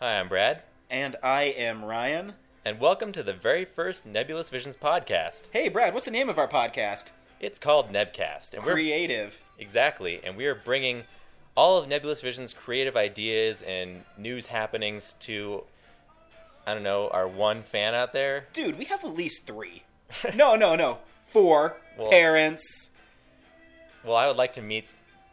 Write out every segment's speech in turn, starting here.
Hi, I'm Brad, And I am Ryan. and welcome to the very first Nebulous Visions podcast. Hey, Brad, what's the name of our podcast? It's called Nebcast, and we're Creative. exactly, and we are bringing all of Nebulous Visions' creative ideas and news happenings to, I don't know, our one fan out there. Dude, we have at least three. no, no, no. Four. Well- parents. Well, I would like to meet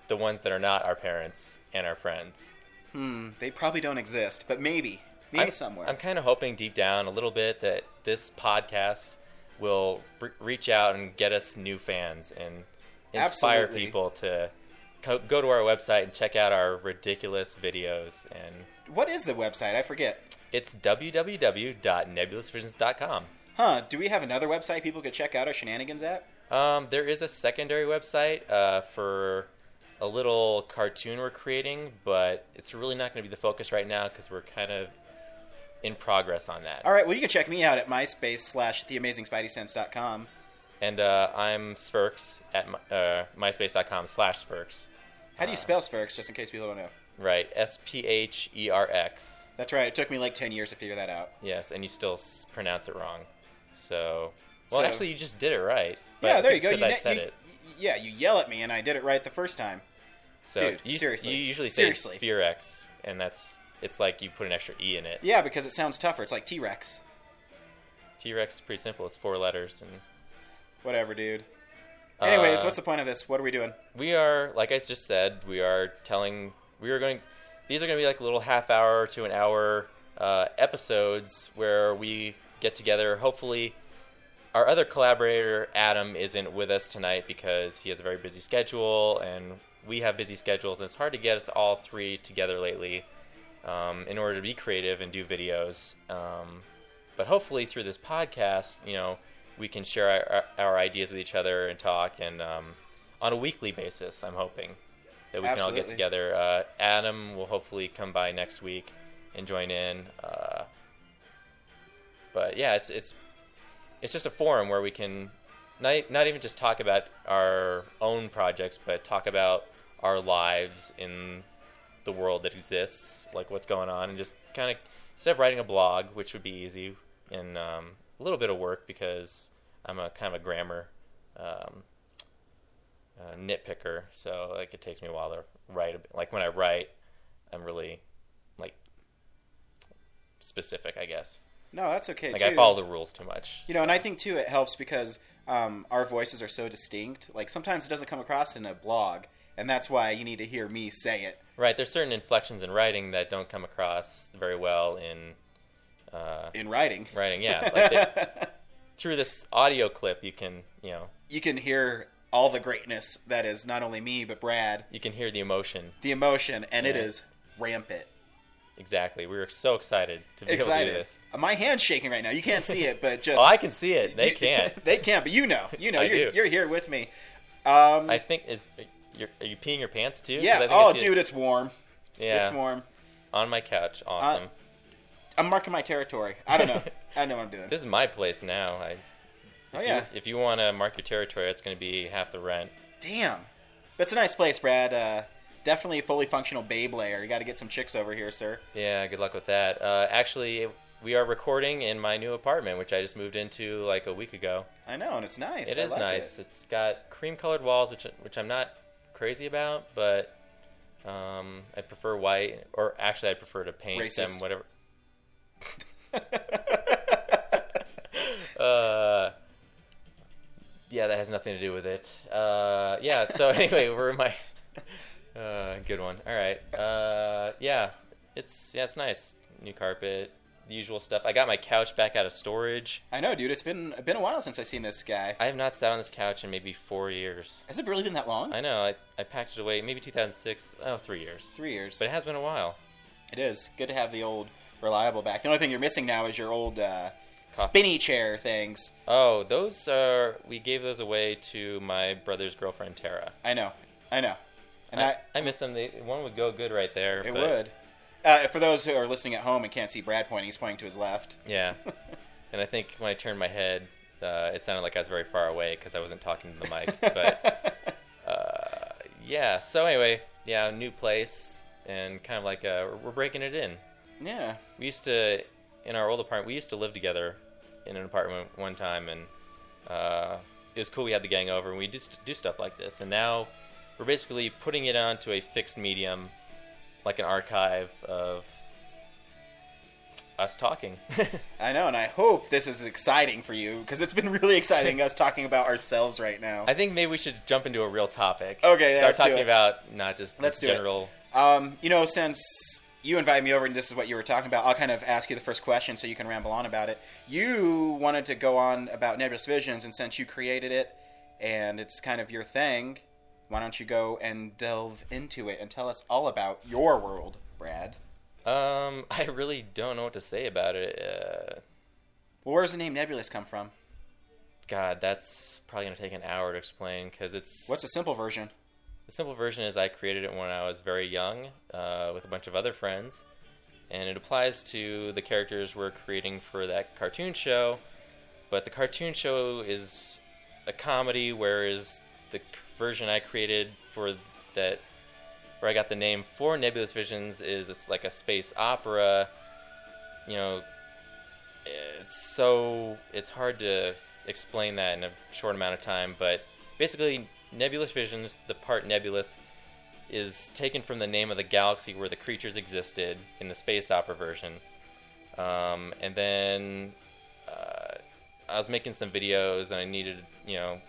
the ones that are not our parents and our friends. Hmm, they probably don't exist, but maybe. Maybe I'm, somewhere. I'm kind of hoping deep down a little bit that this podcast will re- reach out and get us new fans and inspire Absolutely. people to co- go to our website and check out our ridiculous videos. And What is the website? I forget. it's www.nebulousvisions.com. Huh, do we have another website people could check out our shenanigans at? Um, there is a secondary website uh, for a little cartoon we're creating, but it's really not going to be the focus right now because we're kind of in progress on that. All right, well, you can check me out at myspace slash theamazingspideysense.com. And uh, I'm Sferks at my, uh, myspace.com slash Sferks. How Uh. do you spell Spherx, just in case people don't know? Right, S P H E R X. That's right, it took me like 10 years to figure that out. Yes, and you still s- pronounce it wrong. So, well, So- actually, you just did it right. but I yeah, think there you it's go. 'cause You I ne- said you- it. y- Yeah, you yell at me, and I did it right the first time. So dude, you, s- seriously. you usually Seriously. say Sphere X, and that's it's like you put an extra e in it. Yeah, because it sounds tougher. It's like T Rex. T Rex is pretty simple. It's four letters. And Whatever, dude. Anyways, uh, what's the point of this? What are we doing? we are like i just said we are telling we are going these are going to be like little half hour to an hour uh, episodes where we get together hopefully our other collaborator adam isn't with us tonight because he has a very busy schedule and we have busy schedules and it's hard to get us all three together lately um, in order to be creative and do videos um, but hopefully through this podcast you know we can share our, our, our ideas with each other and talk and um, on a weekly basis i'm hoping that we can all get Absolutely. together uh, adam will hopefully come by next week and join in uh, but yeah it's, it's it's just a forum where we can not, not even just talk about our own projects but talk about our lives in the world that exists, like what's going on, and just kind of instead of writing a blog, which would be easy and um, a little bit of work because I'm a kind of a grammar um, uh, nitpicker, so like it takes me a while to write. A bit. Like when I write, I'm really like specific, I guess. No, that's okay. Like too. I follow the rules too much. You know, and I think too it helps because um, our voices are so distinct. Like sometimes it doesn't come across in a blog, and that's why you need to hear me say it. Right? There's certain inflections in writing that don't come across very well in uh, in writing. writing. Yeah, like they, through this audio clip, you can you know you can hear all the greatness that is not only me but Brad, you can hear the emotion the emotion, and it Yeah. is rampant. exactly we were so excited to be able to do Excited. this My hand's shaking right now. You can't see it, but just oh i can see it they you- can't they can't, but you know, you know, I you're, do. you're here with me. Um, i think is you're, are you peeing your pants too 'Cause I yeah. think I Oh, see it dude, it's warm. Yeah. It's warm. Uh, on my couch awesome I'm marking my territory. I don't know. I don't know what I'm doing. this is my place now i oh if yeah. you, if you want to mark your territory it's going to be half the rent Damn. But it's a nice place, Brad. Uh, definitely a fully functional babe layer. You got to get some chicks over here, sir. yeah good luck with that uh, actually we are recording in my new apartment which i just moved into like a week ago I know, and it's nice. It I is like nice. it. It. has got cream colored walls, which which I'm not crazy about, but um, I prefer white. Or actually, I prefer to paint them Racist. whatever. uh, yeah, that has nothing to do with it. Uh, yeah. So anyway, we're in my uh, good one. All right. Uh, yeah, it's yeah, it's nice. New carpet, the usual stuff. I got my couch back out of storage. I know, dude. It's been been a while since I've seen this guy. I have not sat on this couch in maybe four years. Has it really been that long? I know. I, I packed it away maybe 2006. Oh, three years. Three years. But it has been a while. It is good to have the old reliable back. The only thing you're missing now is your old uh, Coffee. spinny chair things. Oh, those are. We gave those away to my brother's girlfriend, Tara. I know. I know. And I, I, I miss them. They, one would go good right there. it but- would. Uh, for those who are listening at home and can't see Brad pointing, he's pointing to his left. Yeah. and I think when I turned my head, uh, it sounded like I was very far away because I wasn't talking to the mic. But uh, yeah. So anyway, yeah, new place and kind of like uh, we're breaking it in. Yeah. We used to, in our old apartment, we used to live together in an apartment one time, and uh, it was cool. We had the gang over, and we just do stuff like this. And now we're basically putting it onto a fixed medium, like an archive of us talking. I know, and I hope this is exciting for you because it's been really exciting us talking about ourselves right now. I think maybe we should jump into a real topic. Okay, yeah, start let's do talking it. about not just Let's this do it. general. Um, you know, since you invited me over and this is what you were talking about, I'll kind of ask you the first question so you can ramble on about it. You wanted to go on about Nebulous Visions, and since you created it and it's kind of your thing, why don't you go and delve into it and tell us all about your world, Brad? Um, I really don't know what to say about it. Uh, Well, where does the name Nebulous come from? God, that's probably gonna take an hour to explain because it's What's a simple version? The simple version is I created it when I was very young uh, with a bunch of other friends, and it applies to the characters we're creating for that cartoon show. But the cartoon show is a comedy, whereas the c- version I created for that, where I got the name for Nebulous Visions, is it's like a space opera. You know, it's so it's hard to explain that in a short amount of time but basically nebulous visions the part nebulous is taken from the name of the galaxy where the creatures existed in the space opera version um, and then uh, i was making some videos and i needed you know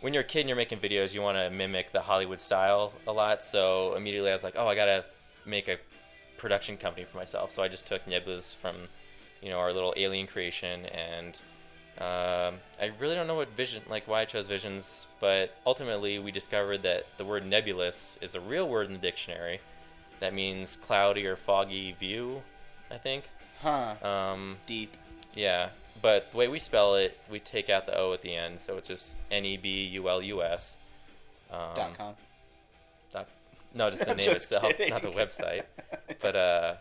when you're a kid and you're making videos you want to mimic the hollywood style a lot so immediately i was like oh i gotta make a production company for myself so i just took nebulous from you know, our little alien creation, and um, I really don't know what vision, like why I chose visions, but ultimately we discovered that the word nebulous is a real word in the dictionary. That means cloudy or foggy view, I think. Huh. Um, Deep. yeah, but the way we spell it, we take out the O at the end, so it's just N E B U L U S. Um, Dot com. dot- no, just the name Just itself, kidding. not the website. But uh,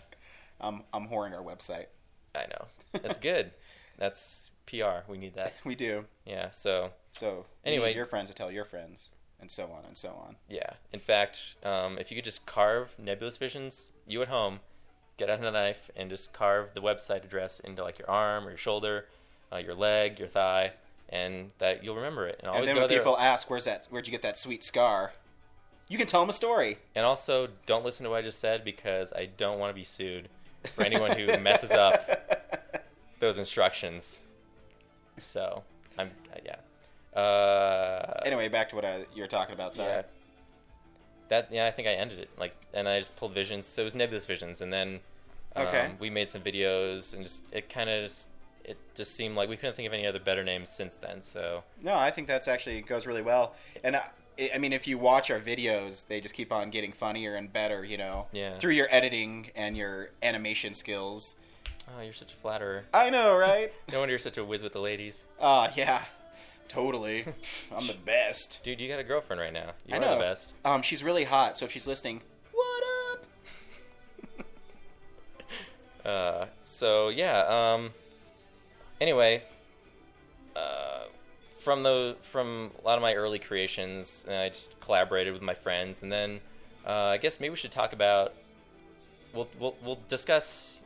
I'm, I'm whoring our website. I know that's good. That's PR. We need that. We do. Yeah. So So Anyway. anyway, your friends to tell your friends, and so on and so on. yeah. In fact, um, if you could just carve Nebulous Visions, you at home, get out a knife and just carve the website address into like your arm or your shoulder, uh, your leg, your thigh, and that you'll remember it. And always And then go when there. people ask, "Where's that? Where'd you get that sweet scar?" You can tell them a story. And also, don't listen to what I just said because I don't want to be sued for anyone who messes up those instructions. So I'm uh, yeah. Uh, Anyway, back to what I, you were talking about. Sorry. Yeah. That yeah, I think I ended it like, and I just pulled visions. So it was nebulous visions, and then um, Okay. we made some videos, and just it kind of just it just seemed like we couldn't think of any other better names since then. So No, I think that's actually goes really well. And I, I mean, if you watch our videos, they just keep on getting funnier and better. You know, Yeah. through your editing and your animation skills. oh, you're such a flatterer. I know, right? No wonder you're such a whiz with the ladies, Ah, yeah, totally. I'm the best. dude. You got a girlfriend right now. You I are know. the best. Um, she's really hot. So if she's listening, what up? Uh, so yeah. Um. Anyway. Uh, from the from a lot of my early creations, and I just collaborated with my friends, and then uh, I guess maybe we should talk about. We'll we'll we'll discuss.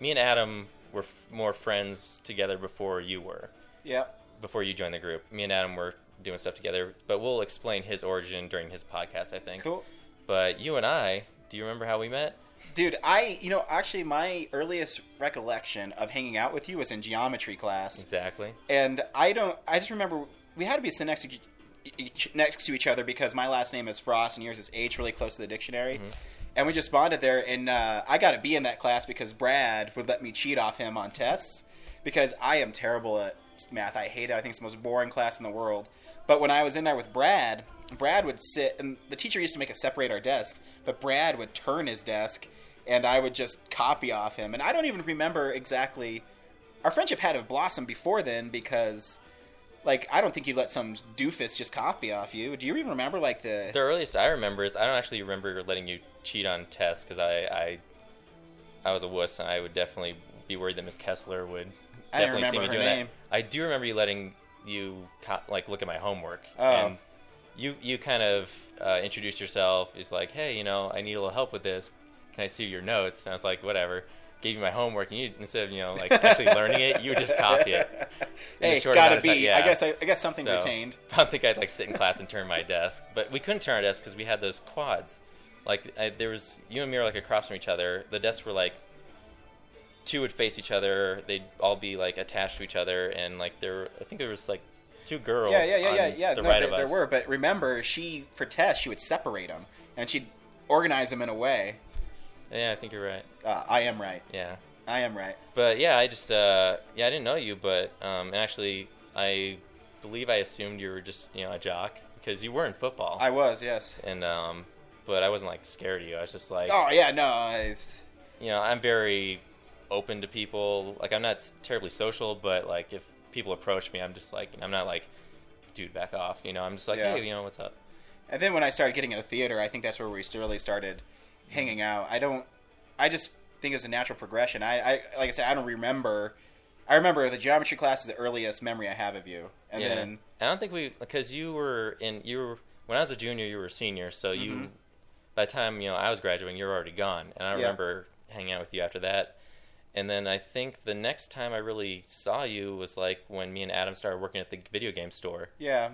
Me and Adam were f- more friends together before you were Yep. before you joined the group. Me and Adam were doing stuff together, but we'll explain his origin during his podcast, I think. Cool. But you and I, do you remember how we met? Dude, I you know actually my earliest recollection of hanging out with you was in geometry class, Exactly. and I don't. I just remember we had to be sitting next to each, next to each other because my last name is Frost and yours is H, really close to the dictionary, and we just bonded there. And uh, I got a B in that class because Brad would let me cheat off him on tests because I am terrible at math. I hate it. I think it's the most boring class in the world. But when I was in there with Brad, Brad would sit, and the teacher used to make us separate our desks, but Brad would turn his desk, and I would just copy off him. And I don't even remember exactly. Our friendship had to have blossomed before then because, like, I don't think you let some doofus just copy off you. Do you even remember, like, the. The earliest I remember is I don't actually remember letting you cheat on tests because I, I I was a wuss and I would definitely be worried that Miss Kessler would I don't definitely see me remember her doing name. that. I do remember you letting you co- like look at my homework Oh. and you you kind of uh, introduced yourself. Is like, hey, you know, I need a little help with this. Can I see your notes? And I was like, whatever. gave you my homework, and you instead of you know like actually learning it, you would just copy it. In the Hey, short amount gotta of time- be. yeah. I guess I, I guess something So, retained. I don't think I'd like sit in class and turn my desk, but we couldn't turn our desk because we had those quads. Like I, there was you and me were like across from each other. The desks were like two would face each other. They'd all be like attached to each other, and like there, were- I think there was like two girls. Yeah, yeah, yeah, on yeah, yeah. The no, right there, of us. there were, but remember, she for tests she would separate them and she'd organize them in a way. Yeah, I think you're right. Uh, I am right. Yeah. I am right. But yeah, I just uh, yeah, I didn't know you, but um, and actually, I believe I assumed you were just you know a jock because you were in football, I was yes. and um, but I wasn't like scared of you. I was just like, Oh yeah, no. I, you know, I'm very open to people. Like I'm not s- terribly social, but like if people approach me, I'm just like I'm not like, dude, back off. You know, I'm just like, Yeah. hey, you know, what's up? and then when I started getting into theater, I think that's where we really started hanging out. I don't. I just think it was a natural progression. I, I like I said, I don't remember. I remember the geometry class is the earliest memory I have of you, and yeah. then I don't think we because you were in you were when I was a junior, you were a senior, so you by the time you know I was graduating, you were already gone, and I Mm-hmm. Yeah. remember hanging out with you after that. And then I think the next time I really saw you was like when me and Adam started working at the video game store. Yeah,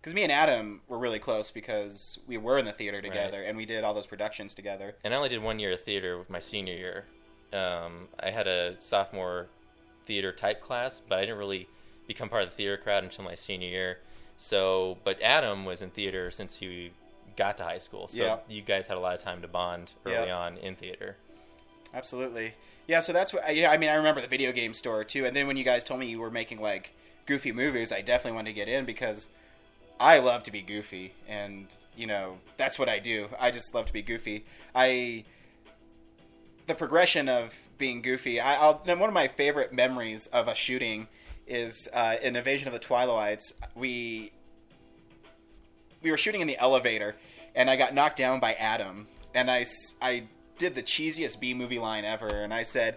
because me and Adam were really close because we were in the theater together and we did all those productions together. and I only did one year of theater with my senior year. Um, I had a sophomore theater type class, but I didn't really become part of the theater crowd until my senior year. So, but Adam was in theater since he got to high school, so Yeah. you guys had a lot of time to bond early Yeah. on in theater. Absolutely. Yeah, so that's what. Yeah, I mean, I remember the video game store too. And then when you guys told me you were making like goofy movies, I definitely wanted to get in because I love to be goofy, and you know that's what I do. I just love to be goofy. I the progression of being goofy. I, I'll and one of my favorite memories of a shooting is uh, in Invasion of the Twilights. We we were shooting in the elevator, and I got knocked down by Adam, and I s- I did the cheesiest B movie line ever, and I said,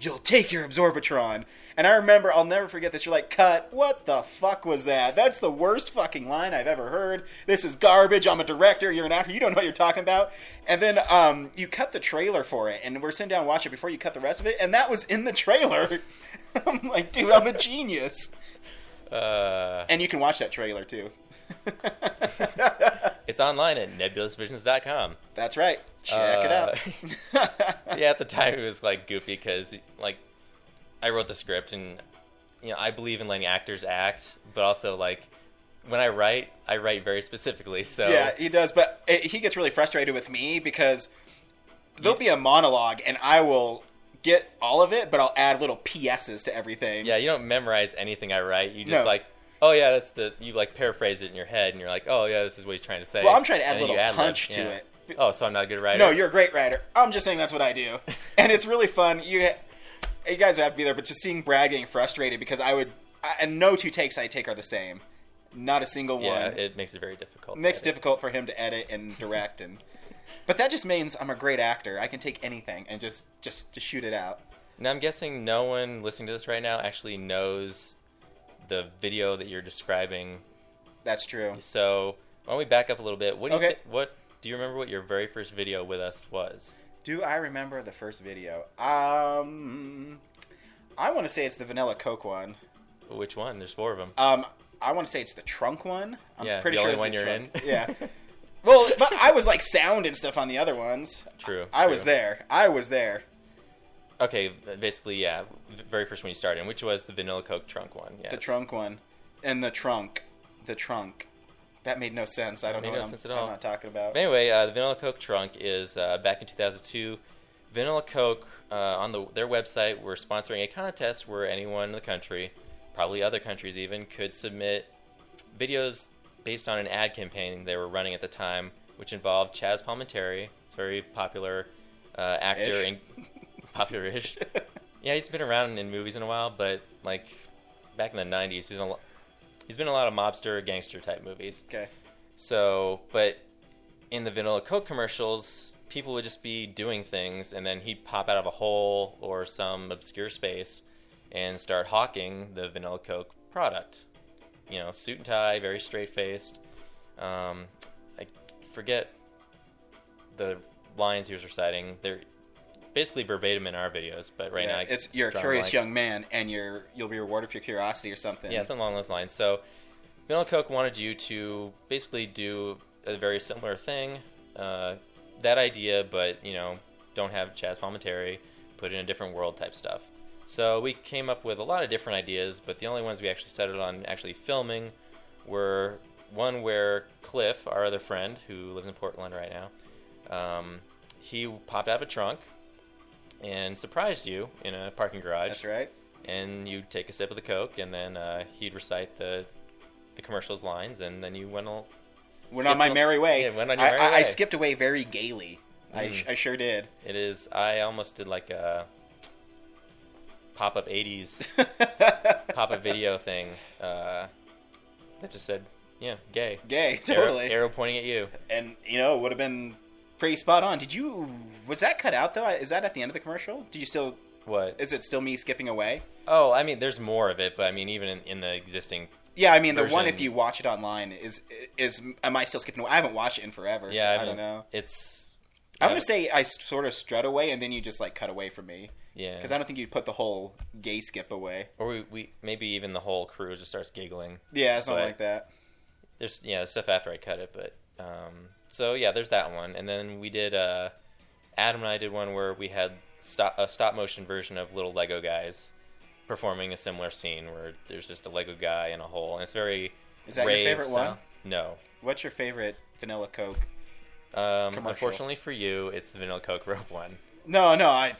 "You'll take your Absorbitron." And I remember, I'll never forget this. You're like, "Cut! What the fuck was that? That's the worst fucking line I've ever heard. This is garbage. I'm a director. You're an actor. You don't know what you're talking about." And then um, you cut the trailer for it, and we're sitting down watching it before you cut the rest of it, and that was in the trailer. I'm like, dude, I'm a genius. Uh, And you can watch that trailer too. it's online at nebulousvisions.com. That's right. Check it out. yeah, at the time it was like goofy because like I wrote the script and you know I believe in letting actors act, but also like when I write, I write very specifically. So Yeah, he does, but it, he gets really frustrated with me because there'll be a monologue and I will get all of it, but I'll add little PSs to everything. yeah, you don't memorize anything I write. You just No. like oh yeah, that's the you like paraphrase it in your head and you're like oh yeah, this is what he's trying to say. Well, I'm trying to And add then little you ad-lib, punch to it. Oh, so I'm not a good writer. No, you're a great writer. I'm just saying that's what I do, and it's really fun. You, you guys would have to be there, but just seeing Brad getting frustrated because I would, I, and no two takes I take are the same, not a single yeah, one. it makes it very difficult. makes to edit. difficult for him to edit and direct and but that just means i'm a great actor i can take anything and just just just shoot it out Now I'm guessing no one listening to this right now actually knows the video that you're describing that's true So why don't we back up a little bit? What do you Okay. thi- what do you remember? What your very first video with us was? do i remember the first video um i want to say it's the vanilla coke one Which one? There's four of them. um i want to say it's the trunk one i'm Yeah, pretty the sure only it's one the you're trunk. in. yeah well but i was like sound and stuff on the other ones True. i was true. there i was there Okay, basically, yeah, the very first one you started in, which was the Vanilla Coke trunk one. Yes. the trunk one and the trunk the trunk that made no sense i don't Made know what no I'm, sense at all. I'm not talking about But anyway, uh, the Vanilla Coke trunk is uh, back in 2002. Vanilla Coke uh, on the, their website were sponsoring a contest where anyone in the country, probably other countries even, could submit videos based on an ad campaign they were running at the time, which involved Chaz Palminteri, this very popular uh, actor Ish. and popular-ish. yeah, he's been around in movies in a while, but like back in the 90s, he's, in a, lo- he's been in a lot of mobster gangster type movies. okay So, but in the Vanilla Coke commercials, people would just be doing things, and then he'd pop out of a hole or some obscure space and start hawking the Vanilla Coke product. You know, suit and tie, very straight faced. Um, I forget the lines he was reciting. They're basically verbatim in our videos, but right now I it's you're a draw them curious like- young man, and you're you'll be rewarded for your curiosity or something. Yeah, something along those lines. So, Vanilla Coke wanted you to basically do a very similar thing, uh, that idea, but you know, don't have Chaz Palminteri, put it in a different world type stuff. So we came up with a lot of different ideas, but the only ones we actually settled on actually filming were one where Cliff, our other friend who lives in Portland right now, um, he popped out of a trunk and surprised you in a parking garage that's right. and you take a sip of the coke, and then uh, he'd recite the the commercials lines, and then you went all. Went skipped on my al- merry way. Yeah, went on your I, merry I, I way. Mm. skipped away very gaily. I, sh- I sure did. It is. I almost did like a pop up '80s pop up video thing uh, that just said, "Yeah, gay." Gay, Arrow- totally. Arrow pointing at you. And you know, it would have been pretty spot on. Did you? Was that cut out though? Is that at the end of the commercial? Did you still? What? Is it still me skipping away? Oh, I mean, there's more of it, but I mean, even in, in the existing. Yeah, I mean the one Version. if you watch it online is is am I still skipping away? I haven't watched it in forever. Yeah, so I, haven't- don't know. It's. I'm gonna say I s- sort of strut away and then you just like cut away from me Yeah. because I don't think you put the whole gay skip away. or we, we maybe even the whole crew just starts giggling. Yeah, something But- like that. there's yeah there's stuff after I cut it, but um, so yeah, there's that one, and then we did uh, Adam and I did one where we had stop a stop motion version of little Lego guys performing a similar scene where there's just a Lego guy in a hole, and it's very Is that your rave favorite style. one? No. What's your favorite Vanilla Coke? Um, Commercial. unfortunately for you, it's the Vanilla Coke rope one. No, no, I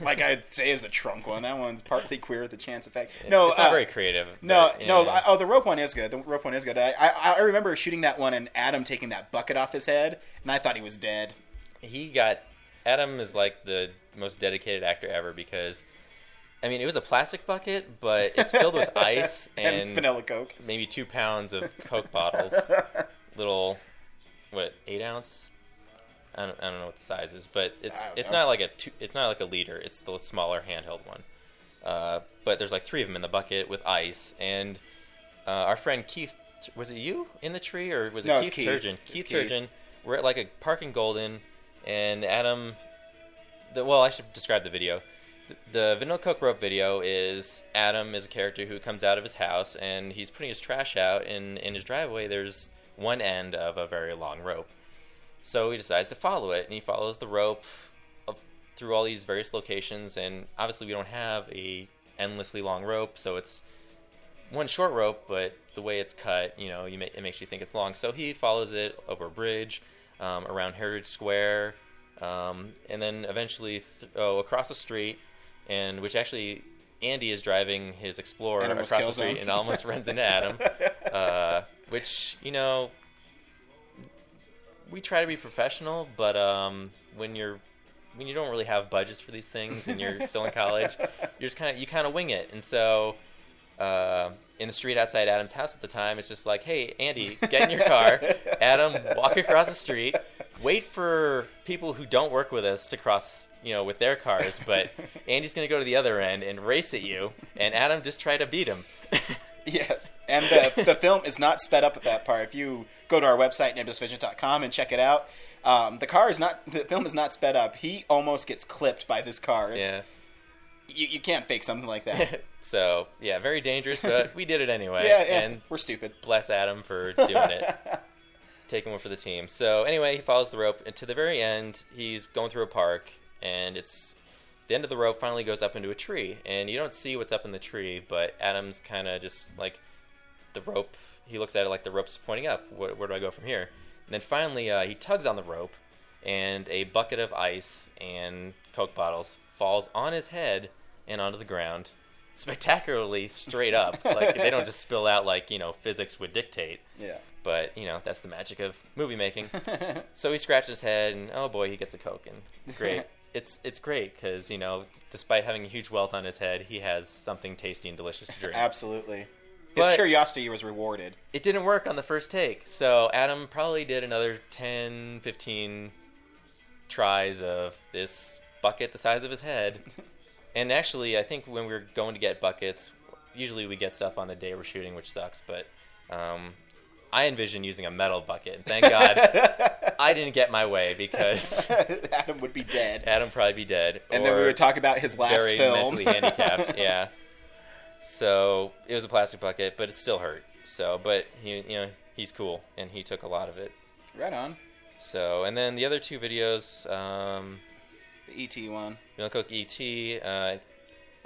like I say is a trunk one. That one's partly queer with the chance effect. No, it's not uh, very creative. No, but, no. yeah. I, oh, the rope one is good. The rope one is good. I, I I remember shooting that one and Adam taking that bucket off his head, and I thought he was dead. he got Adam is like the most dedicated actor ever because. I mean, it was a plastic bucket, but it's filled with ice and, and vanilla Coke. maybe two pounds of Coke bottles, little, what eight ounce? I don't, I don't know what the size is, but I it's don't it's know. not like a two, it's not like a liter. It's the smaller handheld one. Uh, but there's like three of them in the bucket with ice, and uh, our friend Keith, was it you in the tree or was it No, it's Keith, Keith. Turgeon? It's Keith Keith. Turgeon. We're at like a parking golden, and Adam the, well, I should describe the video. The, the Vanilla Coke Rope video is Adam is a character who comes out of his house and he's putting his trash out, and in his driveway there's one end of a very long rope. So he decides to follow it, and he follows the rope up through all these various locations. And obviously, we don't have a endlessly long rope, so it's one short rope, but the way it's cut, you know, you ma- it makes you think it's long. So he follows it over a bridge, um, around Heritage Square, um, and then eventually th- oh, across the street, and which actually Andy is driving his Explorer And almost across the kills street him. and almost runs into Adam, uh, which you know. We try to be professional, but um, when you're when you don't really have budgets for these things and you're still in college, you're just kind of you kind of wing it. And so, uh, in the street outside Adam's house at the time, it's just like, "Hey, Andy, get in your car. Adam, walk across the street. Wait for people who don't work with us to cross, you know, with their cars. But Andy's going to go to the other end and race at you, and Adam just try to beat him." Yes, and the, the film is not sped up at that part. If you go to our website nebulousvision.com and check it out, um, the car is not the film is not sped up. He almost gets clipped by this car. It's, yeah. you, you can't fake something like that. so yeah, very dangerous, but we did it anyway. yeah, yeah, And we're stupid. bless Adam for doing it. Taking one for the team. So anyway, he follows the rope, and to the very end, he's going through a park, and it's the end of the rope finally goes up into a tree, and you don't see what's up in the tree, but Adam's kind of just like the rope. He looks at it like the rope's pointing up. Where, where do I go from here? And then finally, uh, he tugs on the rope, and a bucket of ice and coke bottles falls on his head and onto the ground, spectacularly straight up. like they don't just spill out like you know physics would dictate. Yeah. But you know that's the magic of movie making. So he scratches his head, and oh boy, he gets a coke, and great. it's it's great because you know, despite having a huge welt on his head, he has something tasty and delicious to drink. Absolutely. His But- curiosity was rewarded. it didn't work on the first take, so Adam probably did another 10, 15 tries of this bucket the size of his head. and actually, I think when we were going to get buckets, usually we get stuff on the day we're shooting, which sucks, but um, I envision using a metal bucket. Thank God I didn't get my way because Adam would be dead. Adam probably be dead. And then we or would talk about his last very film. mentally handicapped. yeah. So it was a plastic bucket, but it still hurt. So, but he, you know, he's cool, and he took a lot of it. Right on. So, and then the other two videos, um, The ET one. you know, Cook ET. Uh,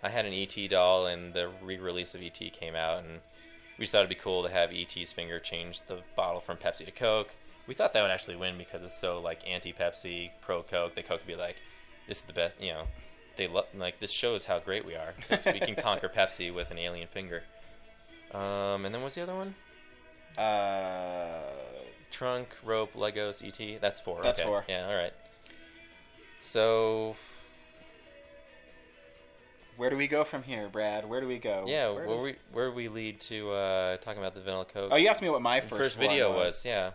I had an ET doll, and the re-release of ET came out, and we just thought it'd be cool to have ET's finger change the bottle from Pepsi to Coke. We thought that would actually win because it's so like anti-Pepsi, pro-Coke. That Coke would be like, "This is the best," you know. They love like this shows how great we are. 'cause We can conquer Pepsi with an alien finger. Um, and then what's the other one? Uh, Trunk, rope, Legos, ET. That's four. That's okay. four. Yeah. All right. So where do we go from here, Brad? Where do we go? Yeah, Oh, Where where, does- we where we lead to uh, talking about the vanilla coke. Oh, you asked me what my The first, first one video was. was. yeah.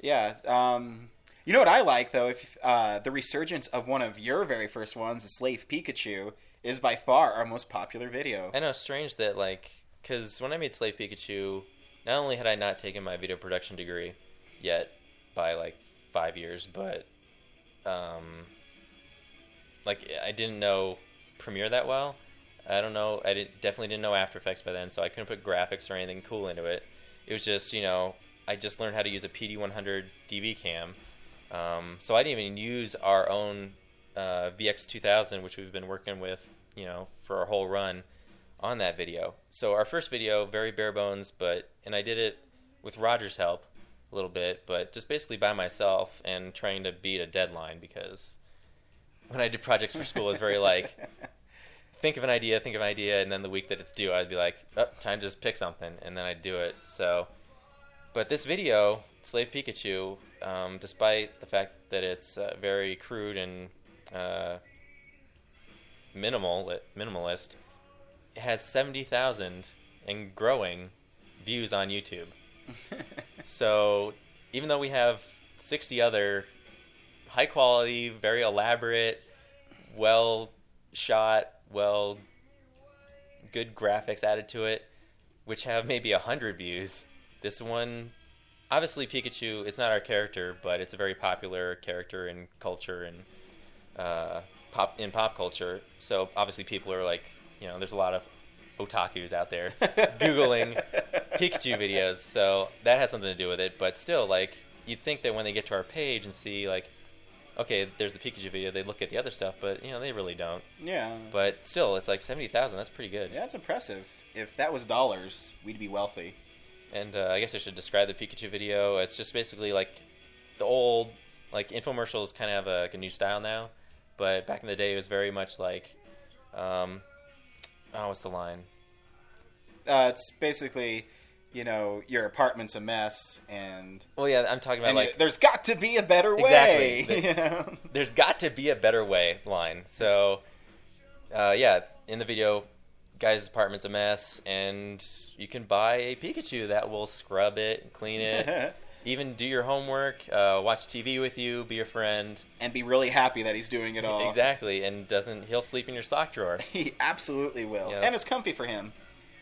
Yeah. Um, you know what I like though, if uh, the resurgence of one of your very first ones, the Slave Pikachu, is by far our most popular video. I know, strange that like because when I made Slave Pikachu, not only had I not taken my video production degree yet by like five years, but um, like I didn't know Premiere that well. I don't know. I did, definitely didn't know After Effects by then, so I couldn't put graphics or anything cool into it. It was just you know I just learned how to use a PD100 DV cam, um, so I didn't even use our own uh, VX2000, which we've been working with you know for our whole run on that video. So our first video, very bare bones, but and I did it with Roger's help a little bit, but just basically by myself and trying to beat a deadline because when I did projects for school, it was very like think of an idea, think of an idea, and then the week that it's due, I'd be like, oh, time to just pick something, and then I'd do it. So, but this video, Slave Pikachu, um, despite the fact that it's uh, very crude and uh, minimal, minimalist, it has seventy thousand and growing views on YouTube. So even though we have 60 other high quality, very elaborate, well shot, well good graphics added to it, which have maybe 100 views, this one obviously Pikachu, it's not our character, but it's a very popular character in culture and uh, pop in pop culture. So obviously people are like, you know, there's a lot of otakus out there googling Pikachu videos, so that has something to do with it. But still, like you'd think that when they get to our page and see like, okay, there's the Pikachu video, they look at the other stuff, but you know they really don't. Yeah. But still, it's like seventy thousand. That's pretty good. Yeah, that's impressive. If that was dollars, we'd be wealthy. And uh, I guess I should describe the Pikachu video. It's just basically like the old like infomercials kind of have a, like a new style now, but back in the day it was very much like, um, oh, what's the line? Uh, it's basically, you know, your apartment's a mess, and, Well, yeah, I'm talking about and like there's got to be a better way. Exactly. You know? there's got to be a better way line. So, uh, yeah, in the video, guy's apartment's a mess, and you can buy a Pikachu that will scrub it, clean it, even do your homework, uh, watch TV with you, be your friend. and be really happy that he's doing it all. Exactly, and doesn't he'll sleep in your sock drawer? He absolutely will, Yeah. and it's comfy for him.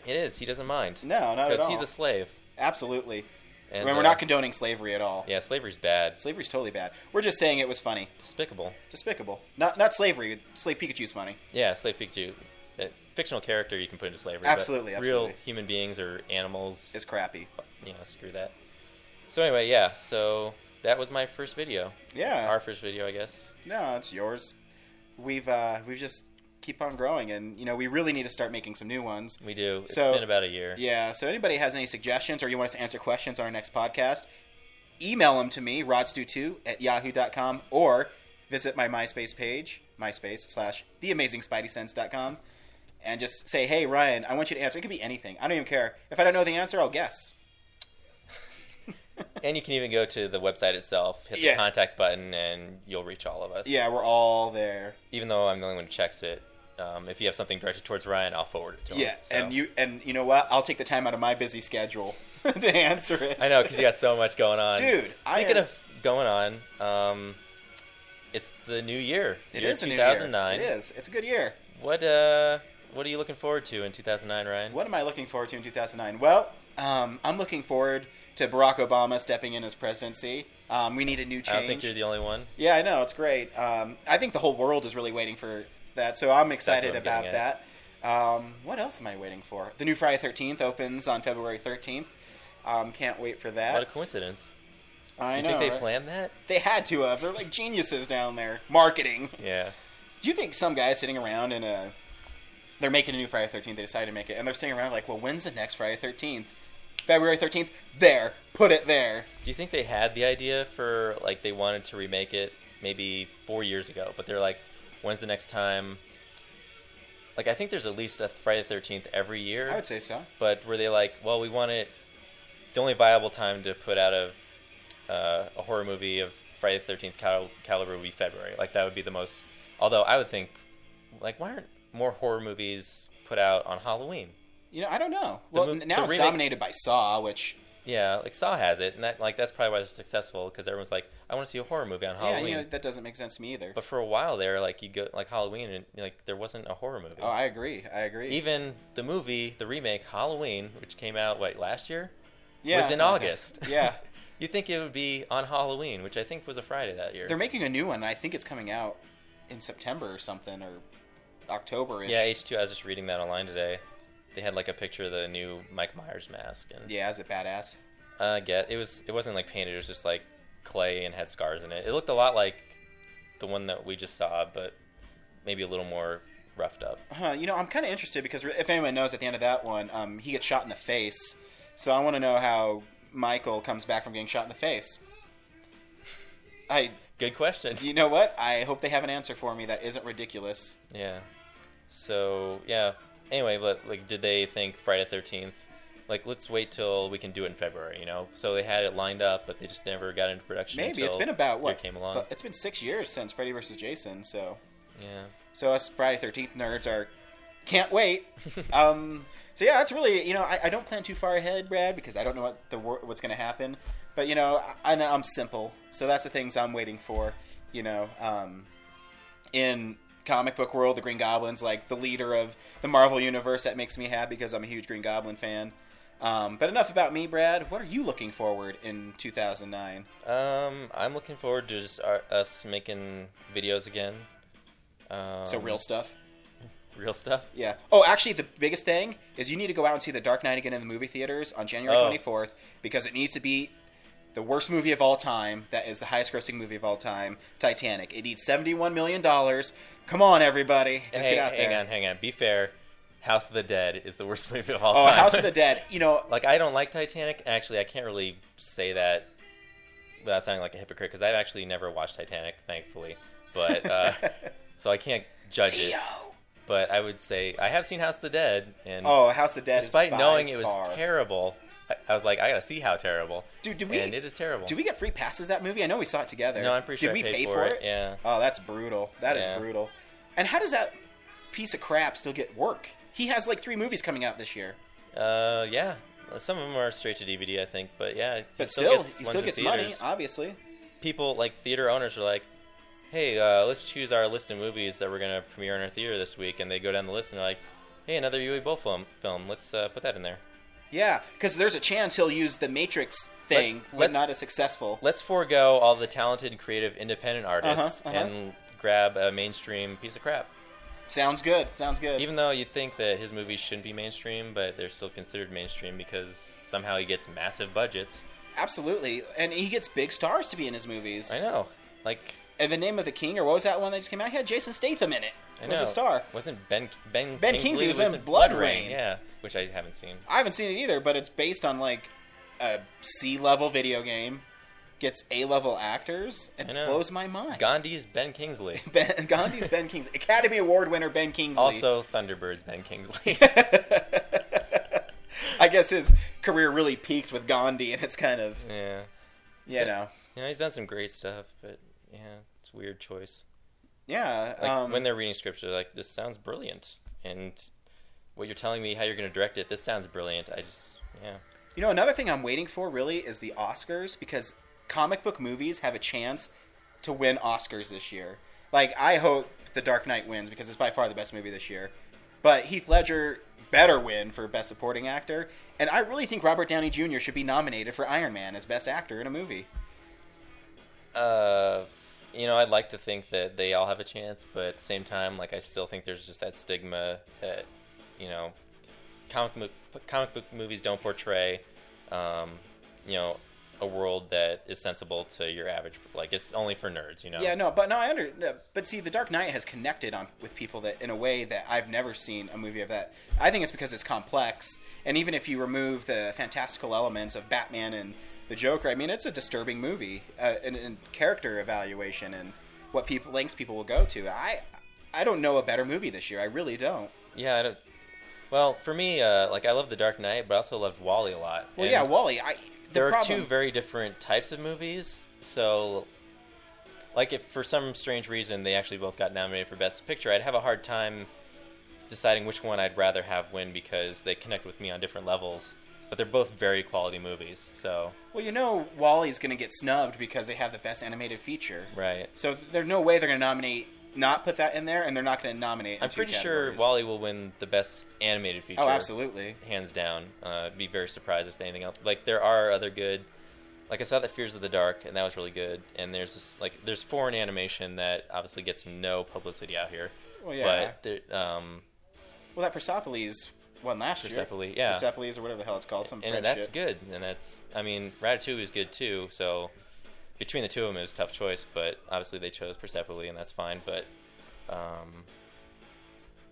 It is. He doesn't mind No, not at because all. he's a slave. absolutely. And I mean, uh, we're not condoning slavery at all. yeah, slavery's bad. Slavery's totally bad. We're just saying it was funny, Despicable. despicable. Not not slavery. Slave Pikachu's funny. Yeah, slave Pikachu. That fictional character you can put into slavery. Absolutely, but absolutely. Real human beings or animals. It's crappy. you know, screw that. So anyway, yeah. So that was my first video. Yeah. Our first video, I guess. No, it's yours. We've uh, we've just keep on growing, and you know we really need to start making some new ones. We do. It's So- been about a year. Yeah. So anybody has any suggestions, or you want us to answer questions on our next podcast, email them to me rodstu2 at yahoo.com, or visit my MySpace page, MySpace slash theamazingspideysense.com, and just say, hey Ryan, I want you to answer. It could be anything. I don't even care. If I don't know the answer, I'll guess. And you can even go to the website itself, hit Yeah. the contact button, and you'll reach all of us. Yeah, we're all there. Even though I'm the only one who checks it, um, if you have something directed towards Ryan, I'll forward it to him. Yeah, So- and you and you know what? I'll take the time out of my busy schedule to answer it. I know because you got so much going on, Dude, I Speaking am- of going on, um, it's the new year. It year is a new year. 2009. It is. It's a good year. What uh, what are you looking forward to in 2009, Ryan? What am I looking forward to in 2009? Well, um, I'm looking forward to Barack Obama stepping in as presidency. Um, we need a new change. I don't think you're the only one. Yeah, I know. It's great. Um, I think the whole world is really waiting for that, so I'm excited what I'm about getting that. Um, what else am I waiting for? The new Friday 13th opens on February 13th. Um, can't wait for that. What a coincidence. I You know. think they right? planned that? They had to have. They're like geniuses down there. Marketing. Yeah. Do you think some guy's sitting around in a. They're making a new Friday 13th. They decided to make it. And they're sitting around like, well, when's the next Friday 13th? February 13th? There. Put it there. Do you think they had the idea for like they wanted to remake it maybe four years ago, but they're like, when's the next time? Like I think there's at least a Friday the Thirteenth every year, I would say so. but were they like, well, we want it? The only viable time to put out a uh, a horror movie of Friday the Thirteenth cal- caliber would be February. Like that would be the most. Although I would think, like, why aren't more horror movies put out on Halloween? You know, I don't know. The well, mo- n- the now it's remake- dominated by Saw, which Yeah, like Saw has it, and that like that's probably why they're successful because everyone's like, I want to see a horror movie on Halloween. yeah, you know, that doesn't make sense to me either. But for a while there, like you go like Halloween, and like there wasn't a horror movie. oh, I agree. I agree. Even the movie, the remake Halloween, which came out what last year, yeah, was in something like that. August. yeah, you think it would be on Halloween, which I think was a Friday that year. they're making a new one. I think it's coming out in September or something or October. yeah, H two. I was just reading that online today. They had like a picture of the new Mike Myers mask, and yeah, is it badass? uh, get it was it wasn't like painted. It was just like clay and had scars in it. It looked a lot like the one that we just saw, but maybe a little more roughed up. Huh, you know, I'm kind of interested because if anyone knows, at the end of that one, um, he gets shot in the face. So I want to know how Michael comes back from getting shot in the face. I, Good question. you know what? I hope they have an answer for me that isn't ridiculous. Yeah. So yeah. Anyway, but like, did they think Friday Thirteenth? Like, let's wait till we can do it in February. You know. So they had it lined up, but they just never got into production. Maybe it's until been about what it came along. It's been six years since Freddy vs. Jason, so yeah. so us Friday Thirteenth nerds are can't wait. um, so yeah, that's really you know I, I don't plan too far ahead, Brad, because I don't know what the wor- what's going to happen. But you know I, I know I'm simple, so that's the things I'm waiting for. You know, um, in comic book world, the Green Goblin's like the leader of the Marvel universe. That makes me happy because I'm a huge Green Goblin fan. Um, but enough about me, Brad. What are you looking forward in 2009? Um, I'm looking forward to just our, us making videos again. Um, So real stuff. real stuff. Yeah. Oh, actually, the biggest thing is you need to go out and see The Dark Knight again in the movie theaters on January Oh. 24th because it needs to be the worst movie of all time. That is the highest grossing movie of all time, Titanic. It needs $71 million. Come on, everybody. Just hey, get out hang there. on, hang on. Be fair. House of the Dead is the worst movie of all Oh, time. House of the Dead. You know, like I don't like Titanic. Actually, I can't really say that without sounding like a hypocrite because I've actually never watched Titanic, thankfully. But uh, so I can't judge it. yo. But I would say I have seen House of the Dead, and Oh, House of the Dead despite is by knowing it was far- terrible, I, I was like, I gotta see how terrible. Dude, did we- And it is terrible. Did we get free passes that movie? I know we saw it together. No, I'm pretty Did sure we I paid pay for, it. Yeah, Oh, that's brutal. That is Yeah. brutal. And how does that piece of crap still get work? He has like three movies coming out this year. uh, yeah. Some of them are straight to DVD, I think. But yeah, he But still, gets he ones still in gets money, theaters. obviously. people like theater owners are like, "Hey, uh, let's choose our list of movies that we're gonna premiere in our theater this week," and they go down the list and they're like, "Hey, another Uwe Boll film. Film. Let's uh, put that in there. Yeah, because there's a chance he'll use the Matrix thing, but let's- not as successful. Let's forego all the talented, creative, independent artists Uh-huh, uh-huh. and grab a mainstream piece of crap. Sounds good. Sounds good. Even though you'd think that his movies shouldn't be mainstream, but they're still considered mainstream because somehow he gets massive budgets. Absolutely, and he gets big stars to be in his movies. I know, like." And the name of the king, or what was that one that just came out? He had Jason Statham in it. I He was know. a star. Wasn't Ben Ben Ben Kingsley was in Blood Rain. Yeah, which I haven't seen. I haven't seen it either, but it's based on like a C level video game, gets A level actors, and I know. blows my mind. Gandhi's Ben Kingsley. Ben, Gandhi's Ben Kingsley, Academy Award winner Ben Kingsley. Also, Thunderbirds Ben Kingsley. I guess his career really peaked with Gandhi, and it's kind of yeah, you know, you know he's done some great stuff, but yeah, it's a weird choice. yeah. Like um, when they're reading scripts, they're like, "This sounds brilliant," and what you're telling me how you're going to direct it, this sounds brilliant. I just yeah, you know, another thing I'm waiting for really is the Oscars because comic book movies have a chance to win Oscars this year. Like I hope The Dark Knight wins because it's by far the best movie this year. But Heath Ledger better win for Best Supporting Actor. And I really think Robert Downey Jr. should be nominated for Iron Man as Best Actor in a movie. Uh, you know, I'd like to think that they all have a chance, but at the same time, like I still think there's just that stigma that you know, comic mo- comic book movies don't portray, um, you know, a world that is sensible to your average. Like it's only for nerds, you know. Yeah, no, but no, I under. no, But see, The Dark Knight has connected on with people that in a way that I've never seen a movie of that. I think it's because it's complex, and even if you remove the fantastical elements of Batman and the Joker, I mean, it's a disturbing movie, uh, and, and character evaluation and what people lengths people will go to. I, I don't know a better movie this year. I really don't. Yeah, I don't. Well, for me, uh, like I love The Dark Knight, but I also loved Wally a lot. Well, And yeah, Wally. I the there are problem, two very different types of movies. So, like, if for some strange reason they actually both got nominated for Best Picture, I'd have a hard time deciding which one I'd rather have win because they connect with me on different levels. But they're both very quality movies. So, Well, you know, Wally's going to get snubbed because they have the best animated feature. right. So there's no way they're going to nominate, not put that in there, and they're not going to nominate. in I'm two pretty sure categories. Wally will win the Best Animated Feature. Oh, absolutely. hands down. Uh, be very surprised if anything else. Like there are other good. Like I saw that Fears of the Dark, and that was really good. And there's this like there's foreign animation that obviously gets no publicity out here. Well, yeah. But there, um, Well, that Persepolis won last year. Persepolis, yeah. Persepolis or whatever the hell it's called. Some French and that's shit. good. And that's I mean Ratatouille is good too. So between the two of them, it was a tough choice. But obviously they chose Persepolis, and that's fine. But um,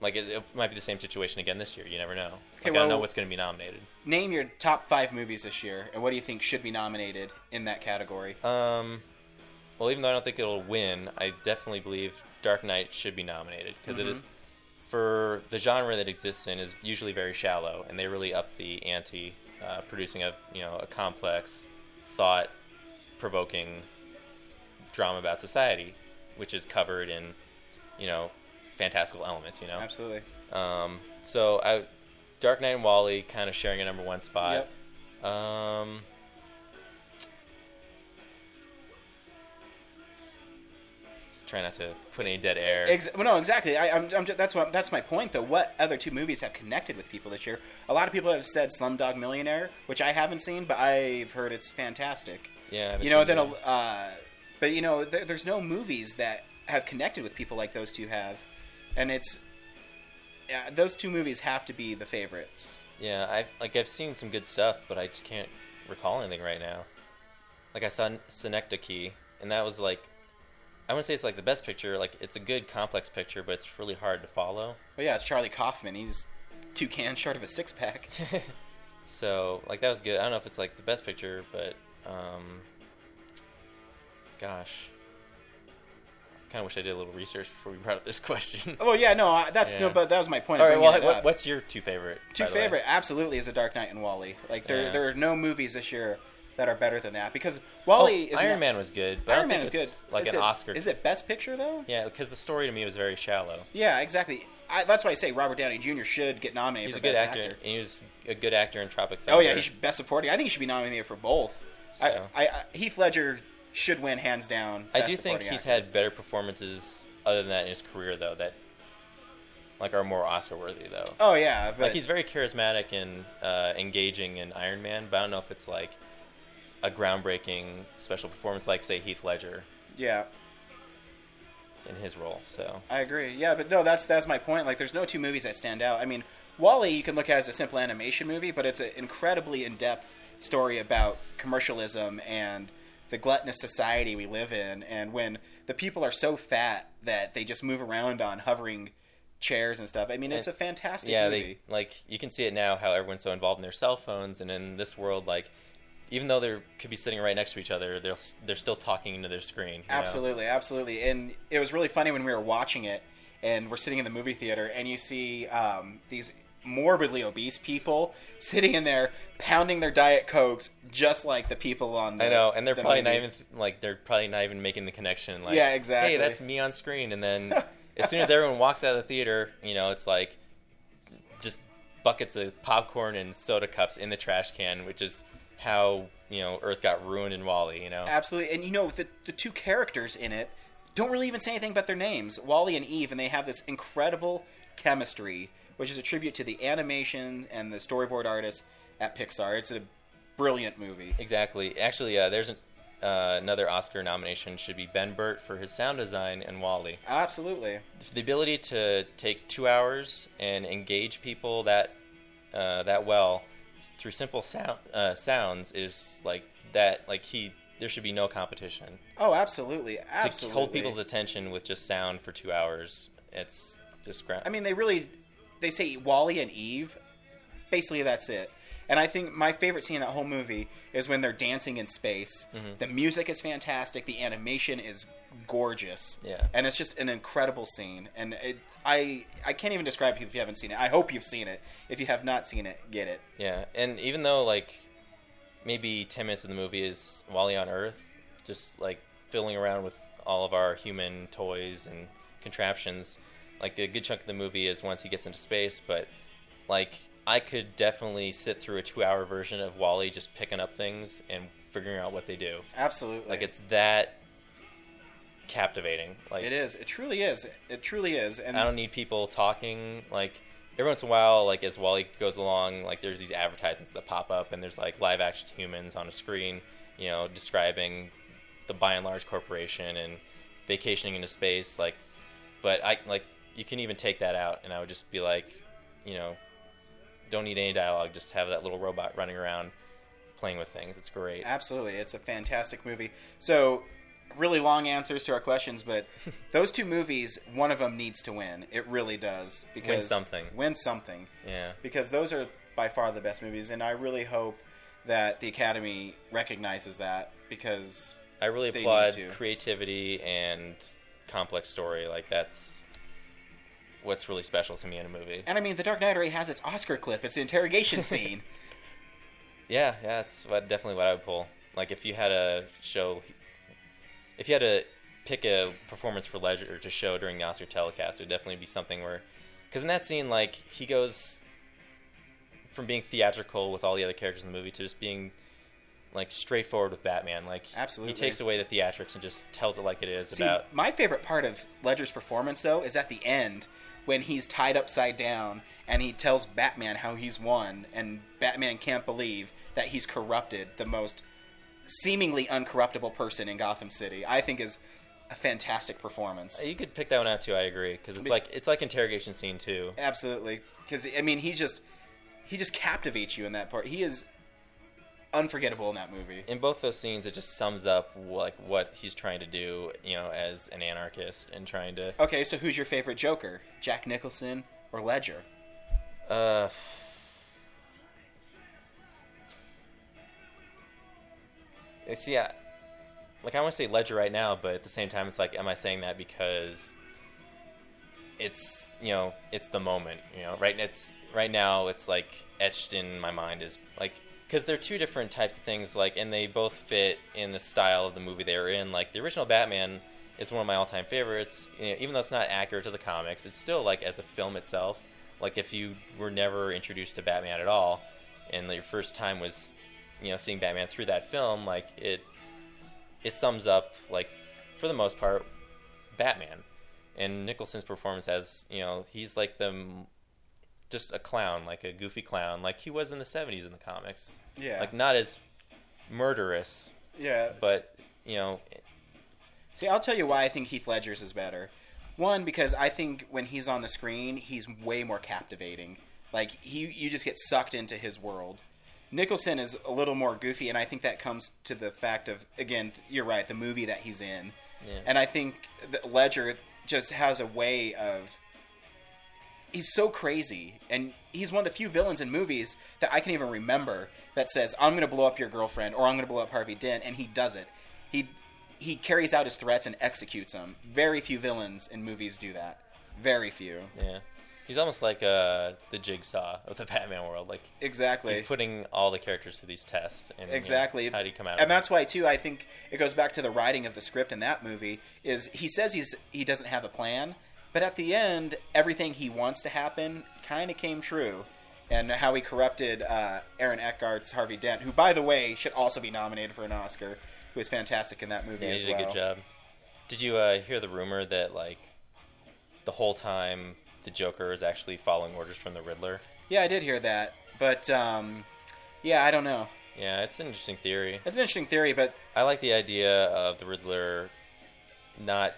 like it, it might be the same situation again this year. You never know. Like, I don't know well- what's going to be nominated. Name your top five movies this year, and what do you think should be nominated in that category? Um, well, even though I don't think it'll win, I definitely believe Dark Knight should be nominated because it, Mm-hmm. for the genre that exists in, is usually very shallow, and they really up the ante, uh, producing a you know a complex, thought-provoking drama about society, which is covered in, you know, fantastical elements. You know, Absolutely. um, so I, Dark Knight and Wally kind of sharing a number one spot. Yep. Um, just try not to put any dead air. Ex- well, no, exactly. I, I'm, I'm ju- that's what that's my point though. What other two movies have connected with people this year? A lot of people have said Slumdog Millionaire, which I haven't seen, but I've heard it's fantastic. yeah, I haven't you know seen then that. a- uh, but you know there, there's no movies that have connected with people like those two have and it's yeah, those two movies have to be the favorites yeah, I like I've seen some good stuff, but I just can't recall anything right now. Like I saw Synecdoche, and that was like, I wouldn't say it's like the best picture. Like it's a good complex picture, but it's really hard to follow. but yeah it's charlie kaufman he's two cans short of a six-pack So like that was good. I don't know if it's like the best picture, but um, gosh, kind of wish I did a little research before we brought up this question. well yeah no I, that's no Yeah. but that was my point All of right, bringing well, Oh, it up. what, what's your two favorite? two by the way? favorite absolutely is the dark knight and wally like there, Yeah. there are no movies this year that are better than that because Oh, wally is Iron not- Man was good. But I iron don't man is think good it's Like Is an it- Oscar. is it best picture though Yeah, because the story to me was very shallow. yeah exactly I, that's why i say robert downey jr should get nominated He's for a good best actor, and he was a good actor in Tropic Thunder. Oh yeah, he should best supporting. I think he should be nominated for both. I, So. I, I Heath Ledger should win hands down. I Best do think Supporting he's Actor. had better performances other than that in his career, though. That like are more Oscar worthy, though. Oh yeah, but Like he's very charismatic and uh, engaging in Iron Man, but I don't know if it's like a groundbreaking special performance like say Heath Ledger yeah, in his role. So I agree. Yeah, but no, that's that's my point. Like, there's no two movies that stand out. I mean, Wally you can look at as a simple animation movie, but it's an incredibly in-depth story about commercialism and the gluttonous society we live in, and when the people are so fat that they just move around on hovering chairs and stuff. I mean, it's a And- fantastic yeah, movie. they like you can see it now how everyone's so involved in their cell phones and in this world like even though they could be sitting right next to each other, they're s- they're still talking into their screen. you know? Absolutely, absolutely. And it was really funny when we were watching it, and we're sitting in the movie theater, and you see um, these morbidly obese people sitting in there pounding their diet cokes, just like the people on. The, I know, and they're the probably not movie. even like they're probably not even making the connection. Like, Yeah, exactly. Hey, that's me on screen, and then as soon as everyone walks out of the theater, you know, it's like just buckets of popcorn and soda cups in the trash can, which is how you know Earth got ruined in Wally. You know, Absolutely, and you know the the two characters in it don't really even say anything about their names, Wally and Eve, and they have this incredible chemistry which is a tribute to the animation and the storyboard artists at Pixar. It's a brilliant movie. Exactly. Actually, uh, there's an, uh, another Oscar nomination. Should be Ben Burt for his sound design and Wally. Absolutely. The ability to take two hours and engage people that uh, that well through simple sound uh, sounds is like that. Like he, there should be no competition Oh, absolutely. to Absolutely. hold people's attention with just sound for two hours. It's just gra- I mean, they really they say Wally and Eve. Basically, that's it. And I think my favorite scene in that whole movie is when they're dancing in space. Mm-hmm. The music is fantastic. The animation is gorgeous. Yeah. and it's just an incredible scene. And it, I I can't even describe it if you haven't seen it. I hope you've seen it. If you have not seen it, get it. Yeah, and even though like maybe ten minutes of the movie is Wally on Earth, just like fiddling around with all of our human toys and contraptions, like a good chunk of the movie is once he gets into space. But like I could definitely sit through a two-hour version of Wally just picking up things and figuring out what they do. Absolutely. Like it's that captivating. Like it is. It truly is. It truly is. And I don't need people talking. Like every once in a while, like as Wally goes along, like there's these advertisements that pop up, and there's like live action humans on a screen, you know, describing the by and large corporation and vacationing into space. Like, but I like you can even take that out, and I would just be like, you know, don't need any dialogue. Just have that little robot running around playing with things. It's great. Absolutely. It's a fantastic movie. So, really long answers to our questions, but those two movies, one of them needs to win. It really does. Because something. Win something. Yeah. Because those are by far the best movies, and I really hope that the Academy recognizes that because I really They need applaud to. creativity and complex story. Like that's what's really special to me in a movie. and I mean The Dark Knight already has its Oscar clip, its interrogation scene. Yeah, yeah, that's what, definitely what I would pull. Like if you had a show, if you had to pick a performance for Ledger to show during the Oscar telecast, it would definitely be something where, because in that scene, like he goes from being theatrical with all the other characters in the movie to just being like straightforward with Batman. Like Absolutely. he takes away the theatrics and just tells it like it is See, about my favorite part of Ledger's performance, though, is at the end when he's tied upside down and he tells Batman how he's won, and Batman can't believe that he's corrupted the most seemingly uncorruptible person in Gotham City. I think is a fantastic performance. Uh, You could pick that one out too. I agree because it's like it's like interrogation scene too. Absolutely, because I mean, he just he just captivates you in that part. He is unforgettable in that movie. In both those scenes, it just sums up like what he's trying to do, you know, as an anarchist and trying to. Okay, so who's your favorite Joker? Jack Nicholson or Ledger? Uh, f- Uh, see, I, like I want to say Ledger right now, but at the same time, it's like, am I saying that because it's you know it's the moment, you know, right? It's right now, it's like etched in my mind is like because they're two different types of things, like, and they both fit in the style of the movie they were in. Like the original Batman is one of my all-time favorites, you know, even though it's not accurate to the comics, it's still like as a film itself. Like if you were never introduced to Batman at all, and your first time was, you know, seeing Batman through that film, like it it sums up like for the most part batman and nicholson's performance as you know he's like the m- just a clown like a goofy clown like he was in the 70s in the comics Yeah, like not as murderous yeah, but you know See, I'll tell you why I think Heath Ledger's is better. One, because I think when he's on the screen, he's way more captivating. Like he, you just get sucked into his world. Nicholson is a little more goofy, and I think that comes to the fact of again, you're right, the movie that he's in. Yeah. And I think that Ledger just has a way of. He's so crazy, and he's one of the few villains in movies that I can even remember that says, "I'm going to blow up your girlfriend" or "I'm going to blow up Harvey Dent," and he does it. He he carries out his threats and executes them. Very few villains in movies do that. Very few. yeah he's almost like uh the jigsaw of the batman world like Exactly. he's putting all the characters through these tests and you know, Exactly. how do you come out And of it? that's why too I think it goes back to the writing of the script in that movie is he says he's he doesn't have a plan, but at the end everything he wants to happen kind of came true. And how he corrupted uh, Aaron Eckhart's Harvey Dent, who by the way should also be nominated for an Oscar, who is fantastic in that movie Yeah, he as did well. a good job. Did you uh, hear the rumor that like the whole time the Joker is actually following orders from the Riddler. Yeah, I did hear that, but um, yeah, I don't know. Yeah, it's an interesting theory. That's an interesting theory, but I like the idea of the Riddler not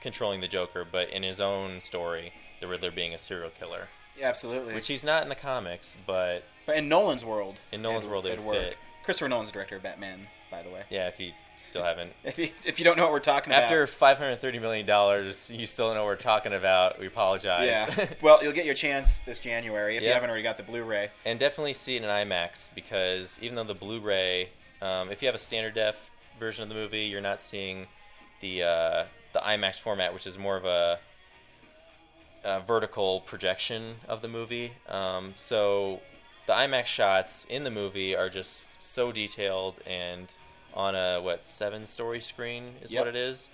controlling the Joker, but in his own story, the Riddler being a serial killer, yeah, absolutely. which he's not in the comics, but but in Nolan's world, In Nolan's it'd- world, it it'd would work. fit. Christopher Nolan's the director of Batman, by the way. yeah, if you still haven't. If you, if you don't know what we're talking After about, five hundred thirty million dollars, you still don't know what we're talking about. We apologize. yeah, well, you'll get your chance this January if you Yeah. haven't already got the Blu-ray. and definitely see it in IMAX because even though the Blu-ray, um, if you have a standard def version of the movie, you're not seeing the uh, the IMAX format, which is more of a, a vertical projection of the movie. Um, so the IMAX shots in the movie are just so detailed and on a what seven story screen is Yep. what it is.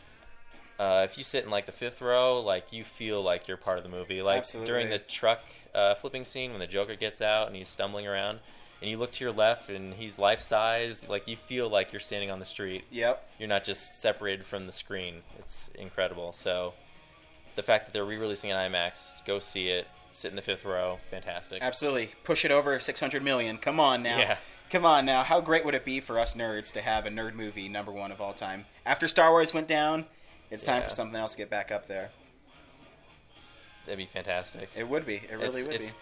Uh, if you sit in like the fifth row, like you feel like you're part of the movie. Like during Absolutely. the truck uh, flipping scene when the Joker gets out and he's stumbling around, and you look to your left and he's life size. Like you feel like you're standing on the street. Yep. You're not just separated from the screen. It's incredible. So, the fact that they're re-releasing in IMAX, go see it. Sit in the fifth row. Fantastic. Absolutely. Push it over 600 million. Come on now. Yeah. Come on now. How great would it be for us nerds to have a nerd movie number one of all time? After Star Wars went down, it's time Yeah. for something else to get back up there. That'd be fantastic. It would be. It really it's, would it's, be.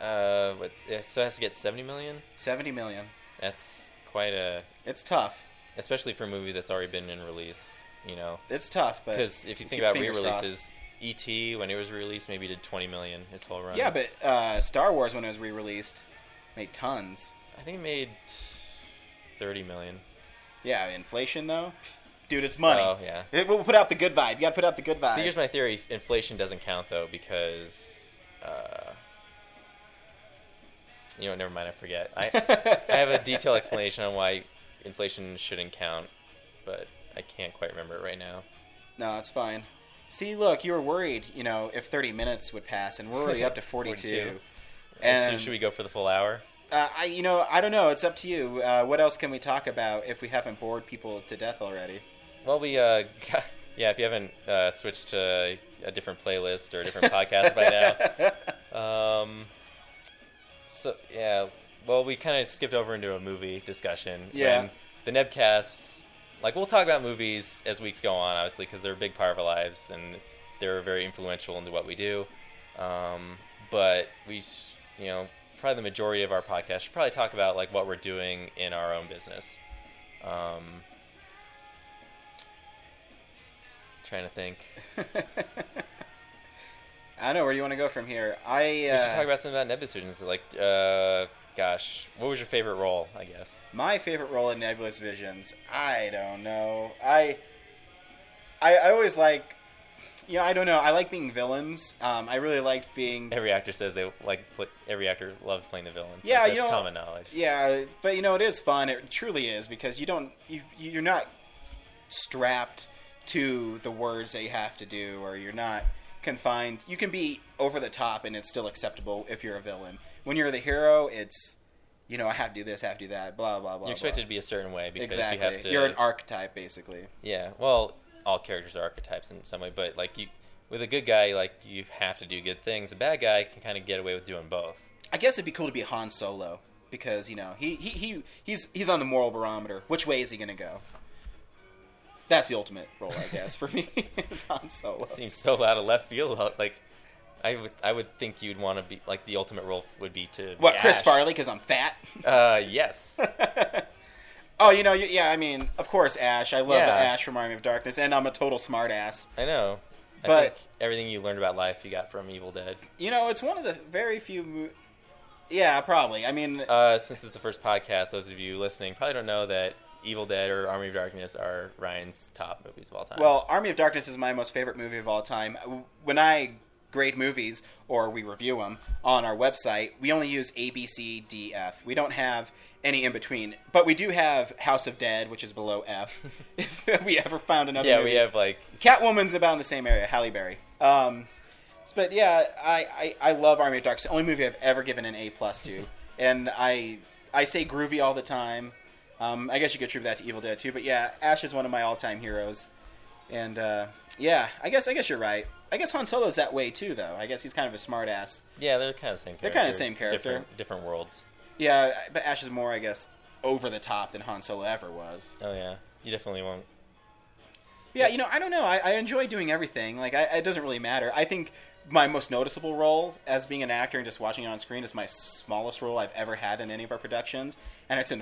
Uh, what's, it, so it has to get seventy million. 70 million. That's quite a, It's tough. especially for a movie that's already been in release. You know, It's tough, but. because if you keep think about fingers re-releases, E.T. when it was released maybe did 20 million its whole run. Yeah, but uh, Star Wars, when it was re released, made tons. I think it made 30 million. Yeah, inflation, though. Dude, it's money. Oh yeah. It- we'll put out the good vibe. You gotta put out the good vibe. So here's my theory: inflation doesn't count though because, uh, you know, never mind. I forget. I I have a detailed explanation on why inflation shouldn't count, but I can't quite remember it right now. No, it's fine. See, look, you were worried, you know, if 30 minutes would pass, and we're already up to 42. 42. And should, should we go for the full hour? uh, I, you know, I don't know. It's up to you. Uh, what else can we talk about if we haven't bored people to death already? Well, we uh, got, yeah. If you haven't uh, switched to a different playlist or a different podcast by now. Um, so yeah, well, we kind of skipped over into a movie discussion. Yeah. when the Nebcasts, like we'll talk about movies as weeks go on, obviously, because they're a big part of our lives and they're very influential into what we do. Um, but we, s- you know, probably the majority of our podcast should probably talk about like what we're doing in our own business. Um, trying to think. I don't know where do you want to go from here. I uh, We should talk about something about Neb decisions. Like, uh, gosh, what was your favorite role? I guess. my favorite role in Nebulous Visions. I don't know. I I, I always like. Yeah, I don't know. I like being villains. Um, I really liked being Every actor says they like pl- every actor loves playing the villains. Yeah, that's you know- common knowledge. Yeah, but you know it is fun. It truly is because you don't you you're not strapped to the words that you have to do, or you're not confined. You can be over the top, and it's still acceptable if you're a villain. When you're the hero, it's you know I have to do this, I have to do that, blah blah blah. You're expected to be a certain way blah. because exactly. you have to. You're an archetype, basically. yeah, well, all characters are archetypes in some way, but like you, with a good guy, like you have to do good things. A bad guy can kind of get away with doing both. I guess it'd be cool to be Han Solo because you know he he, he he's he's on the moral barometer. Which way is he gonna go? That's the ultimate role, I guess, for me. is Han Solo. Seems so out of left field. Like, I would, I would think you'd want to be like the ultimate role would be to be What, Chris Ash. Farley? Because I'm fat. Uh, yes. oh, you know, you, yeah. I mean, of course, Ash. I love Yeah. Ash from Army of Darkness, and I'm a total smartass. I know. I But- think everything you learned about life you got from Evil Dead. You know, it's one of the very few. Mo- yeah, probably. I mean, Uh, since it's the first podcast, those of you listening probably don't know that Evil Dead or Army of Darkness are Ryan's top movies of all time. well, Army of Darkness is my most favorite movie of all time. When I grade movies or we review them on our website, we only use A, B, C, D, F. We don't have any in between, but we do have House of Dead, which is below F. if we ever found another, yeah, movie. we have like Catwoman's about in the same area, Halle Berry. Um, but yeah, I, I, I love Army of Darkness. The only movie I've ever given an A plus to, and I I say groovy all the time. Um, I guess you could attribute that to Evil Dead too. But yeah, Ash is one of my all time heroes, and uh, yeah, I guess I guess you're right. I guess Han Solo's that way too, though. I guess he's kind of a smartass. Yeah, they're kind of the same. Character. They're kinda the same character. Different, different worlds. Yeah, but Ash is more, I guess, over the top than Han Solo ever was. Oh yeah, you definitely won't. Yeah, you know, I don't know. I, I enjoy doing everything. Like, I, it doesn't really matter. I think my most noticeable role as being an actor and just watching it on screen is my smallest role I've ever had in any of our productions, and it's in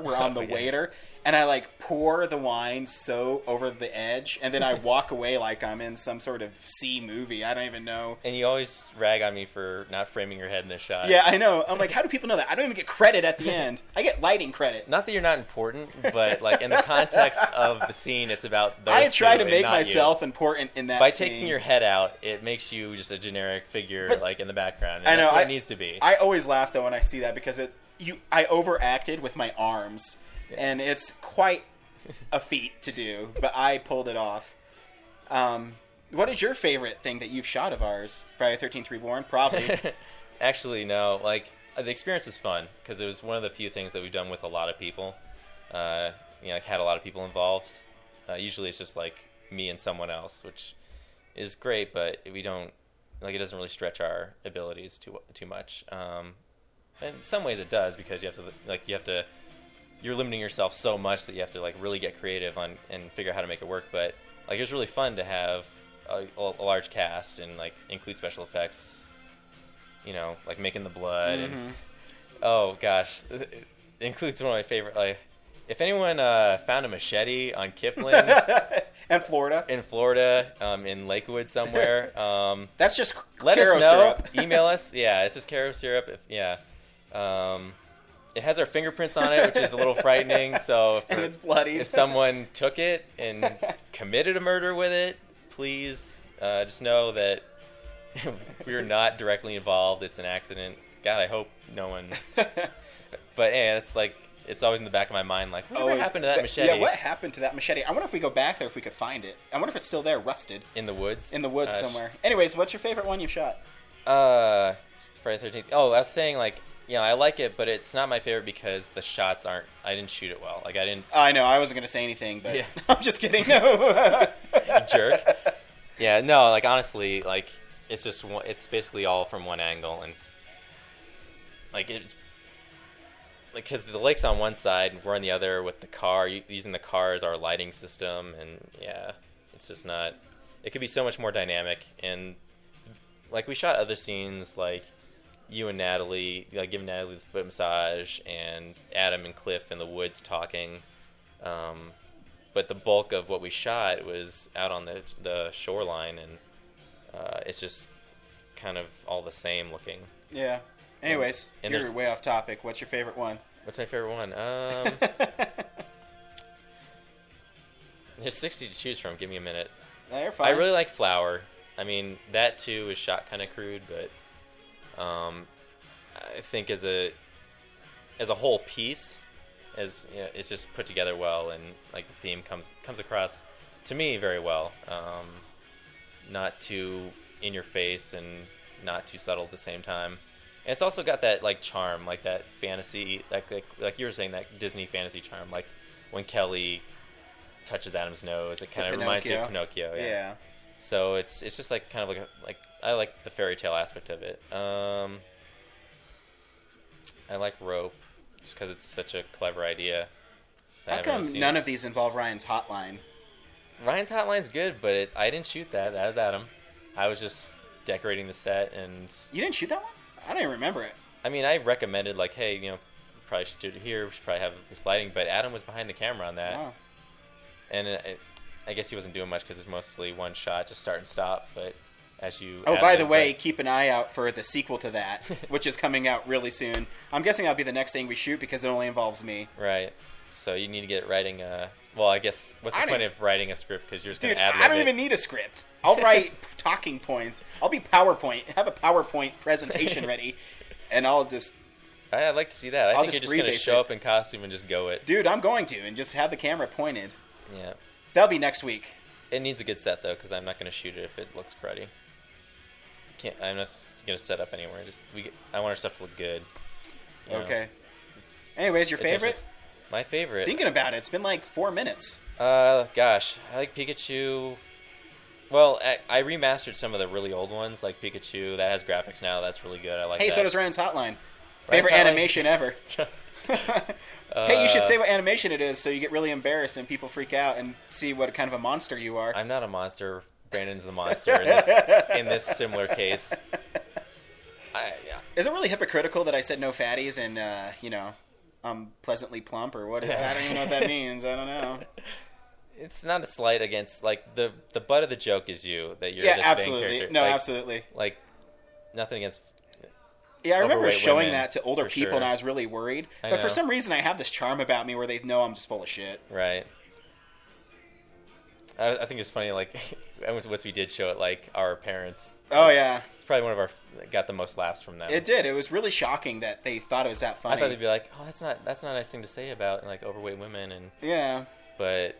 where I'm the Oh, Yeah. waiter, and I like pour the wine so over the edge, and then I walk away like I'm in some sort of C movie. I don't even know. And you always rag on me for not framing your head in this shot. Yeah, I know. I'm like, how do people know that? I don't even get credit at the end. I get lighting credit. Not that you're not important, but like in the context of the scene, it's about. Those I try two to and make not you. myself important in that by scene. taking your head out, it makes you just a generic figure But- like in the background. And I know, that's what I- it needs to be. I always laugh though when I see that because it you I overacted with my arms, Yeah. and it's quite a feat to do, but I pulled it off. Um, what is your favorite thing that you've shot of ours? Friday Thirteenth Reborn, probably. Actually, no. Like uh, the experience was fun because it was one of the few things that we've done with a lot of people. Uh, you know, like had a lot of people involved. Uh, usually, it's just like me and someone else, which is great, but we don't like it doesn't really stretch our abilities too too much. Um, in some ways, it does because you have to like you have to you're limiting yourself so much that you have to like really get creative on and figure out how to make it work. But like it was really fun to have a, a large cast and like include special effects. You know, like making the blood and oh gosh, it includes one of my favorite. Like, if anyone uh, found a machete on Kipling and Florida. in Florida, um, in Lakewood somewhere, um, That's just let Karo us know. syrup. Email us. Yeah, it's just carob syrup. If, yeah. Um, it has our fingerprints on it, which is a little frightening. So if, and it's bloody. if someone took it and committed a murder with it, please uh, just know that we are not directly involved. It's an accident. God, I hope no one. But yeah, it's like it's always in the back of my mind. Like, what Always- happened to that, machete Yeah, what happened to that machete? I wonder if we go back there if we could find it. I wonder if it's still there, rusted in the woods? in the woods Uh, somewhere. Anyways, what's your favorite one you've shot? Uh, Friday Thirteenth. Oh, I was saying like, you know, I like it, but it's not my favorite because the shots aren't. I didn't shoot it well. Like, I didn't I know I wasn't going to say anything, but Yeah. I'm just kidding. No. jerk. Yeah, no, like honestly, like it's just one, it's basically all from one angle, and it's, like it's like because the lake's on one side, and we're on the other with the car u- using the car as our lighting system, and yeah, it's just not. It could be so much more dynamic, and like we shot other scenes like. You and Natalie, like giving Natalie the foot massage, and Adam and Cliff in the woods talking. Um, but the bulk of what we shot was out on the the shoreline, and uh, it's just kind of all the same looking. yeah. Anyways, And you're there's- way off topic. What's your favorite one? What's my favorite one? Um, there's 60 to choose from. Give me a minute. No, you're fine. I really like flower. I mean, that too is shot kind of crude, but um, I think as a as a whole piece, as you know, it's just put together well, and like the theme comes comes across to me very well. Um, not too in your face and not too subtle at the same time. And it's also got that like charm, like that fantasy, like like, like you were saying that Disney fantasy charm, like when Kelly touches Adam's nose, it kind of reminds you of Pinocchio. Oh, yeah. So it's it's just like kind of like a, like I like the fairy tale aspect of it. Um, I like rope just because it's such a clever idea. I How haven't come really seen none it. of these involve Ryan's hotline? Ryan's hotline's good, but it, I didn't shoot that. That was Adam. I was just decorating the set, and You didn't shoot that one? I don't even remember it. I mean I recommended like, hey, you know, probably should do it here. We should probably have this lighting, but Adam was behind the camera on that, Wow. and uh, it, it, I guess he wasn't doing much because it's mostly one shot, just start and stop. But as you Oh, by added the in- way, keep an eye out for the sequel to that, which is coming out really soon. I'm guessing that'll be the next thing we shoot because it only involves me. Right. So you need to get writing a. Well, I guess what's the I don't- e- point of writing a script because you're just Dude, gonna add I don't even need a script. I'll write talking points. I'll be PowerPoint. Have a PowerPoint presentation ready, and I'll just I, I'd like to see that. I I'll think just you're just gonna rebase show it. up in costume and just go it. dude, I'm going to, and just have the camera pointed. Yeah. That'll be next week. It needs a good set though, because I'm not gonna shoot it if it looks cruddy. Can't. I'm not s- gonna set up anywhere. Just we. get- I want our stuff to look good. you know? Okay. It's- Anyways, your attention- favorite? My favorite. Thinking about it, it's been like four minutes. Uh, gosh, I like Pikachu. Well, I, I remastered some of the really old ones, like Pikachu. That has graphics now. That's really good. I like. Hey, that. so does Ryan's Hotline. Ryan's Favorite Hotline? animation ever. hey, you should Uh, say what animation it is so you get really embarrassed and people freak out and see what kind of a monster you are. I'm not a monster. Brandon's the monster in this, in this similar case. I, yeah. Is it really hypocritical that I said no fatties and, uh, you know, I'm pleasantly plump or what? I don't even know what that means. I don't know. It's not a slight against like the the butt of the joke is you that you're just yeah, Being absolutely. character- No, like, absolutely. Like nothing against. Yeah, I remember overweight showing women, that to older for people sure. and I was really worried. I but know. for some reason, I have this charm about me where they know I'm just full of shit. Right. I, I think it's funny. Like, that was what we did show it. Like our parents. Oh, yeah. It's probably one of our got the most laughs from them. It did. It was really shocking that they thought it was that I funny. thought they'd be like, "Oh, that's not that's not a nice thing to say about like overweight women," and yeah. but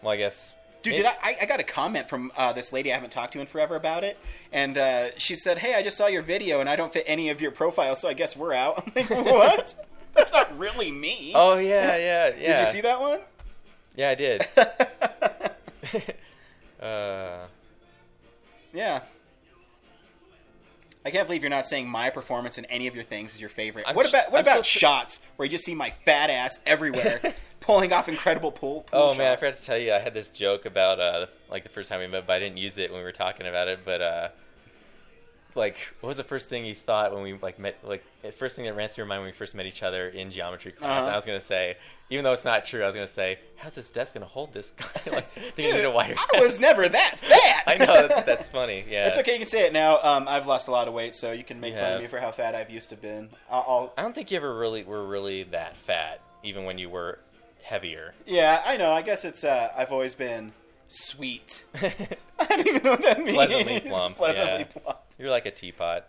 well, I guess. Dude, did I, I? I got a comment from uh, this lady I haven't talked to in forever about it, and uh, she said, "Hey, I just saw your video, and I don't fit any of your profiles, so I guess we're out." I'm like, "What? That's not really me." Oh yeah, yeah, yeah. Did you see that one? Yeah, I did. uh, yeah. I can't believe you're not saying my performance in any of your things is your favorite. I'm what sh- about what I'm about so- shots where you just see my fat ass everywhere, pulling off incredible pool? pool oh man, I shots? forgot to tell you, I had this joke about uh, like the first time we met, but I didn't use it when we were talking about it. But uh, like, what was the first thing you thought when we like met? Like, the first thing that ran through your mind when we first met each other in geometry class. Uh-huh. And I was gonna say, even though it's not true, I was gonna say, how's this desk gonna hold this guy? like, thinking Dude, need a wire. I was never that fat. I know that, that's funny. Yeah, It's okay. You can say it now. Um, I've lost a lot of weight, so you can make You fun have. of me for how fat I've used to been. I'll, I'll, I don't think you ever really were really that fat, even when you were heavier. yeah, I know. I guess it's. Uh, I've always been sweet. I don't even know what that means. Pleasantly plump, Pleasantly yeah. plump. You're like a teapot.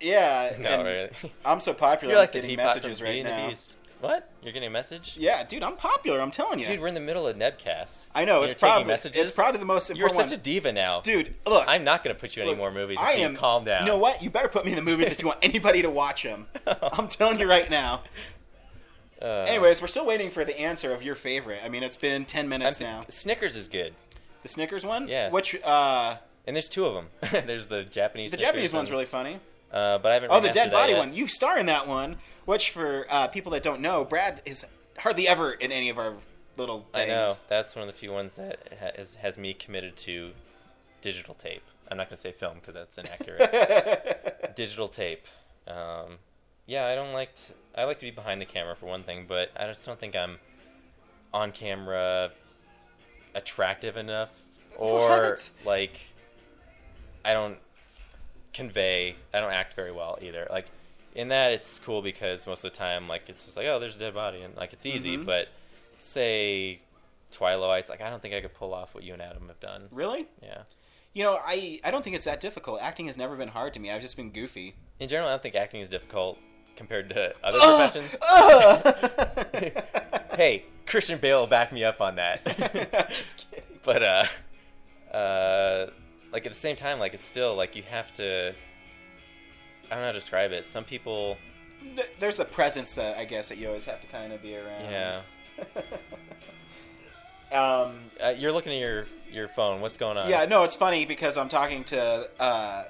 Yeah. No, and really. I'm so popular. You're like I'm the getting teapot messages from right Beauty and the now. Beast. What? You're getting a message? Yeah, dude, I'm popular. I'm telling you. Dude, we're in the middle of Nebcast. I know. You're It's taking probably messages? it's probably the most You're important such a one. diva now. dude, look. I'm not going to put you in any look, more movies. I until am. You calm down. You know what? You better put me in the movies if you want anybody to watch them. I'm telling you right now. Uh, Anyways, we're still waiting for the answer of your favorite. I mean, it's been ten I'm minutes th- now. Snickers is good, The Snickers one, Yes. Which uh, and there's two of them. there's the Japanese. the Snickers Japanese one's and- really funny. Uh, but I haven't. Oh, the remastered dead that body yet. one. You star in that one. Which, for uh, people that don't know, Brad is hardly ever in any of our little I things. know. That's one of the few ones that has, has me committed to digital tape. I'm not going to say film because that's inaccurate. digital tape. Um, yeah, I don't like. To, I like to be behind the camera for one thing, but I just don't think I'm on camera attractive enough, or What? like I don't convey. I don't act very well either. Like in that, it's cool because most of the time, like it's just like, oh, there's a dead body, and like it's easy. Mhm. But say Twilight's, like I don't think I could pull off what you and Adam have done. Really? Yeah. You know, I I don't think it's that difficult. Acting has never been hard to me. I've just been goofy. In general, I don't think acting is difficult compared to other Ugh! professions. Ugh! hey, Christian Bale will back me up on I'm that. just kidding. but uh, uh, like at the same time, like it's still like you have to. I don't know how to describe it. Some people, Th- There's a presence, uh, I guess, that you always have to kind of be around. yeah. Um, Uh, you're looking at your your phone. What's going on? Yeah, no, it's funny because I'm talking to uh,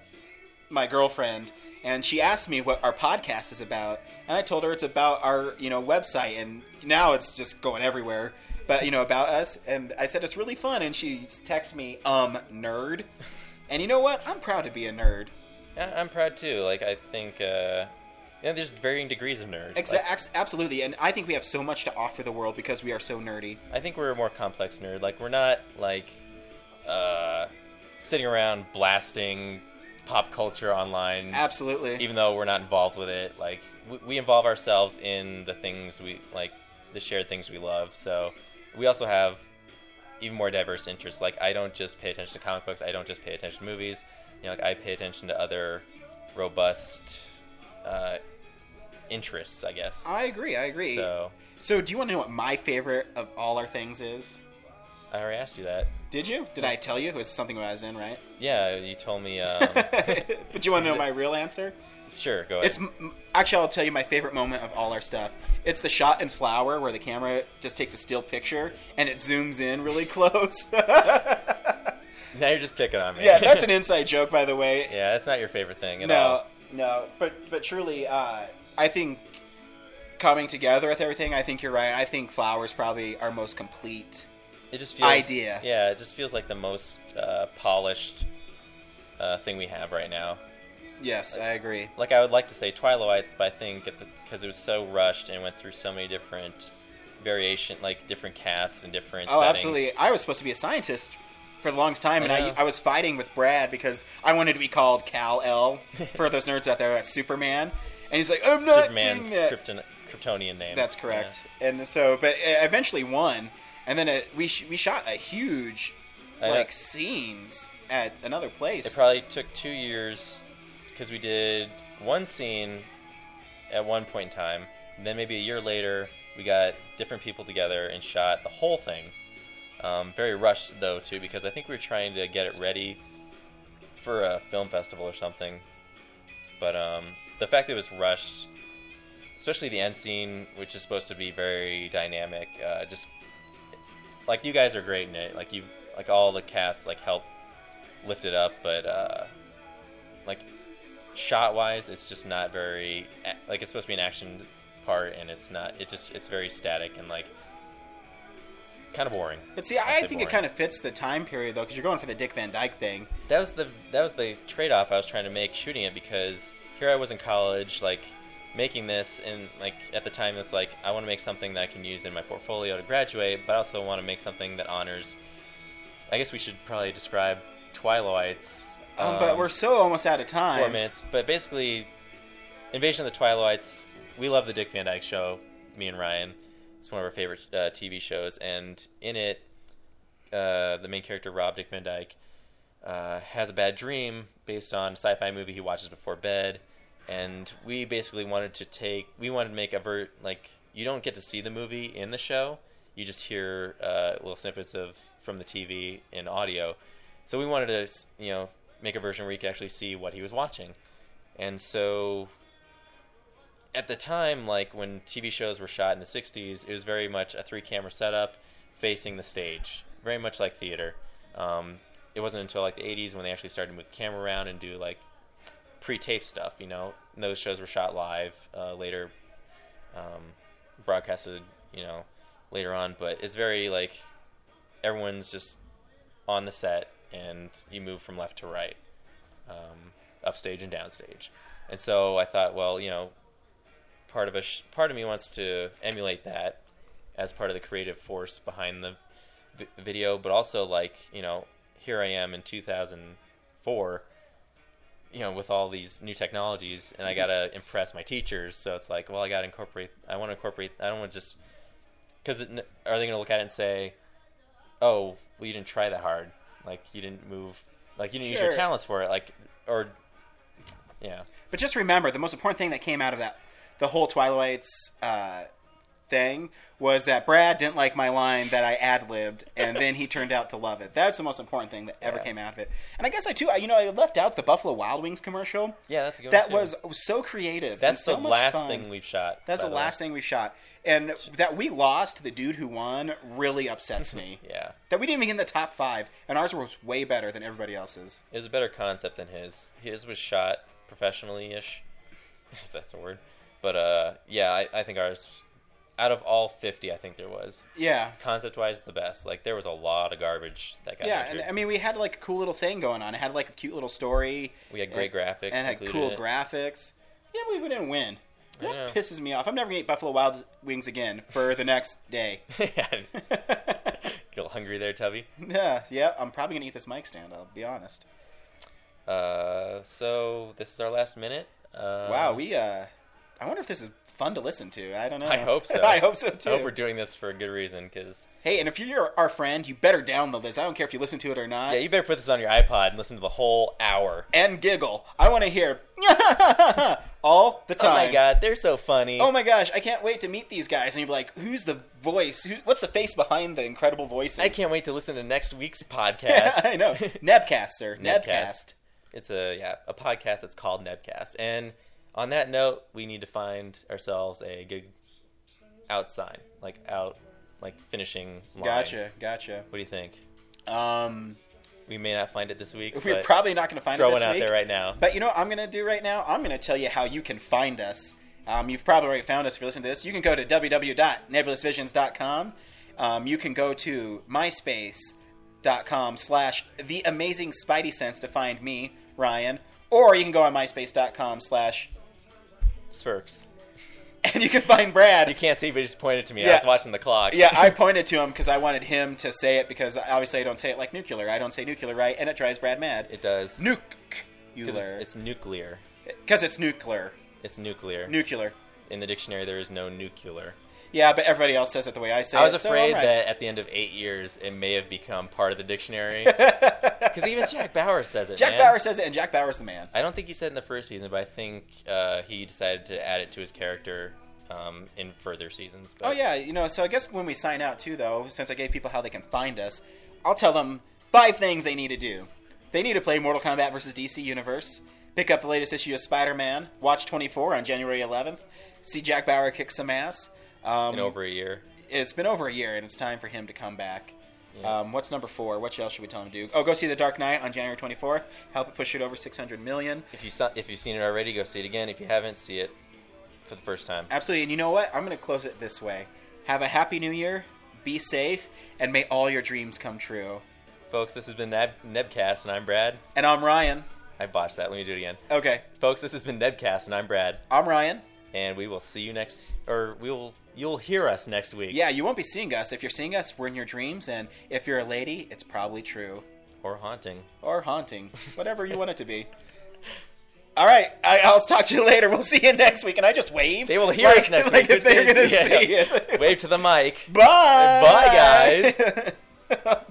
my girlfriend, and she asked me what our podcast is about, and I told her it's about our you know website, and now it's just going everywhere. But you know about us, and I said it's really fun, and she texted me, um, nerd, and you know what? I'm proud to be a nerd. I- I'm proud too. Like I think, uh, you know, there's varying degrees of nerds. Exa- Like, ex- absolutely, and I think we have so much to offer the world because we are so nerdy. I think we're a more complex nerd. Like we're not like uh, sitting around blasting pop culture online, Absolutely. even though we're not involved with it. Like we, we involve ourselves in the things we like, the shared things we love. So we also have even more diverse interests. Like I don't just pay attention to comic books. I don't just pay attention to movies. You know, like I pay attention to other robust uh, interests. I guess. I agree. I agree. So so, do you want to know what my favorite of all our things is? I already asked you that. Did you? Did I tell you? It was something I was in, right? Yeah, you told me. Um, but you want to know my real answer? sure, go ahead. It's m- m- actually I'll tell you my favorite moment of all our stuff. It's the shot in flower where the camera just takes a still picture and it zooms in really close. now you're just picking on me. yeah, that's an inside joke, by the way. yeah, that's not your favorite thing at no, all. no, but but truly, uh, I think coming together with everything, I think you're right. I think flowers probably our most complete. It just feels Idea. Yeah, it just feels like the most uh, polished uh, thing we have right now. Yes, I agree. Like I would like to say Twilights, but I think because it was so rushed and went through so many different variation, like different casts and different. Oh, settings. absolutely. I was supposed to be a scientist for the longest time, I and I, know. I was fighting with Brad because I wanted to be called Cal L. for those nerds out there, that's Superman. And he's like, I'm not Superman's doing that. Krypton- Kryptonian name. uh, That's correct. And so, but I eventually won, and then it, we sh- we shot a huge I know. like scenes at another place. It probably took two years because we did one scene at one point in time, and then maybe a year later we got different people together and shot the whole thing. Um, very rushed though too, because I think we were trying to get it ready for a film festival or something. But um, the fact that it was rushed, especially the end scene, which is supposed to be very dynamic, uh, just like you guys are great in it. Like you, like all the cast, like help lift it up, but uh, like shot wise, it's just not very a- like it's supposed to be an action part, and it's not. It just it's very static and like kind of boring. But see, I, I'd I say think it boring. kind of fits the time period though, because you're going for the Dick Van Dyke thing. that was the that was the trade off I was trying to make shooting it because here I was in college like making this and like at the time it's like I want to make something that I can use in my portfolio to graduate, but I also want to make something that honors. I guess we should probably describe Twilight's. Um, but we're so almost out of time. four minutes. But basically, Invasion of the Twilights. We love the Dick Van Dyke Show. Me and Ryan. It's one of our favorite uh, TV shows, and in it, uh, the main character Rob Dick Van Dyke uh, has a bad dream based on a sci-fi movie he watches before bed, and we basically wanted to take we wanted to make a ver- like you don't get to see the movie in the show, you just hear uh, little snippets of from the TV in audio, so we wanted to s- you know make a version where you could actually see what he was watching, and so at the time, like when TV shows were shot in the '60s, it was very much a three-camera setup facing the stage, very much like theater. Um, it wasn't until like the '80s when they actually started to move the camera around and do like pre-tape stuff. You know, and those shows were shot live uh, later, um, broadcasted. You know, later on, but it's very like everyone's just on the set and you move from left to right, um, upstage and downstage. And so I thought, well, you know, part of a sh- part of me wants to emulate that as part of the creative force behind the v- video, but also like you know, here I am in 2004, you know, with all these new technologies, and I gotta impress my teachers. So it's like, well, I gotta incorporate. I want to incorporate. I don't want to just because are they gonna look at it and say, oh, well, you didn't try that hard, like you didn't move, like you didn't use your Sure. talents for it, like or yeah. But just remember, the most important thing that came out of that, the whole Twilight's uh, thing, was that Brad didn't like my line that I ad libbed, and then he turned out to love it. That's the most important thing that ever Yeah. came out of it. And I guess I too, I, you know, I left out the Buffalo Wild Wings commercial. Yeah, that's a good. one, That too. was was so creative. and That's so the much last fun. thing we've shot. That's by the last thing we shot, and that we lost to the dude who won really upsets me. Way. Yeah, That we didn't even get in the top five, and ours was way better than everybody else's. it was a better concept than his. His was shot professionally ish, if that's a word. But uh, yeah, I, I think ours, out of all fifty, I think there was Yeah, concept wise the best. Like there was a lot of garbage that got. yeah, entered. and I mean, we had like a cool little thing going on. It had like a cute little story. we had great graphics and had included cool in it. graphics. Yeah, we didn't win. I know. That pisses me off. I'm never gonna eat Buffalo Wild Wings again for the next day. Yeah. Get a little hungry there, Tubby. yeah, yeah, I'm probably gonna eat this mic stand. I'll be honest. Uh, so this is our last minute. Uh, wow, we. uh I wonder if this is fun to listen to. I don't know. I hope so. I hope so too. I hope we're doing this for a good reason, because hey, and if you're our friend, you better download this. I don't care if you listen to it or not. yeah, you better put this on your iPod and listen to the whole hour. and giggle. I want to hear all the time. Oh my god, they're so funny. Oh my gosh, I can't wait to meet these guys. And you'd be like, who's the voice? Who, what's the face behind the incredible voices? I can't wait to listen to next week's podcast. Yeah, I know. Nebcast, sir. Nebcast. Nebcast. It's a yeah, a podcast that's called Nebcast. And on that note, we need to find ourselves a good out sign, like out, like finishing line. Gotcha, gotcha. What do you think? Um, we may not find it this week. We're but probably not going to find throw it this one out week. there right now. But you know what I'm going to do right now? I'm going to tell you how you can find us. Um, you've probably already found us if you're listening to this. You can go to www.nebulousvisions.com. Um, you can go to myspace.com slash the amazing spidey sense to find me, Ryan. Or you can go on myspace.com slash Smirks. and you can find Brad. You can't see, but he just pointed to me. I Yeah. was watching the clock. yeah, I pointed to him because I wanted him to say it because obviously I don't say it like nuclear. I don't say nuclear right, and it drives Brad mad. it does. Because nuclear. it's, it's nuclear. Because it's nuclear. It's nuclear. Nuclear. In the dictionary, there is no nuclear. Yeah, but everybody else says it the way I say it. I was so afraid all right. that at the end of eight years, it may have become part of the dictionary. Because even Jack Bauer says it. Jack man. Bauer says it, and Jack Bauer's the man. I don't think he said in the first season, but I think uh, he decided to add it to his character um, in further seasons. But Oh yeah, you know. So I guess when we sign out too, though, since I gave people how they can find us, I'll tell them five things they need to do. They need to play Mortal Kombat vs. DC Universe, pick up the latest issue of Spider-Man, watch 24 on January 11th, see Jack Bauer kick some ass. Um, in over a year. It's been over a year, and it's time for him to come back. Yeah. Um, what's number four? What else should we tell him to do? Oh, go see The Dark Knight on January 24th. Help it push it over 600 million. If you saw, if you've seen it already, go see it again. If you haven't, see it for the first time. Absolutely. And you know what? I'm going to close it this way. Have a happy new year. Be safe. And may all your dreams come true. Folks, this has been Neb- Nebcast, and I'm Brad. And I'm Ryan. I botched that. Let me do it again. Okay. Folks, this has been Nebcast, and I'm Brad. I'm Ryan. And we will see you next, or we will you'll hear us next week, Yeah, you won't be seeing us. If you're seeing us, we're in your dreams. And if you're a lady, it's probably true or haunting. or haunting, whatever you want it to be. All right. I, I'll talk to you later. We'll see you next week. And I just waved. They will hear like, us next like week. if they're Good going to seeing- see yeah. it. Wave to the mic. Bye. Bye, guys.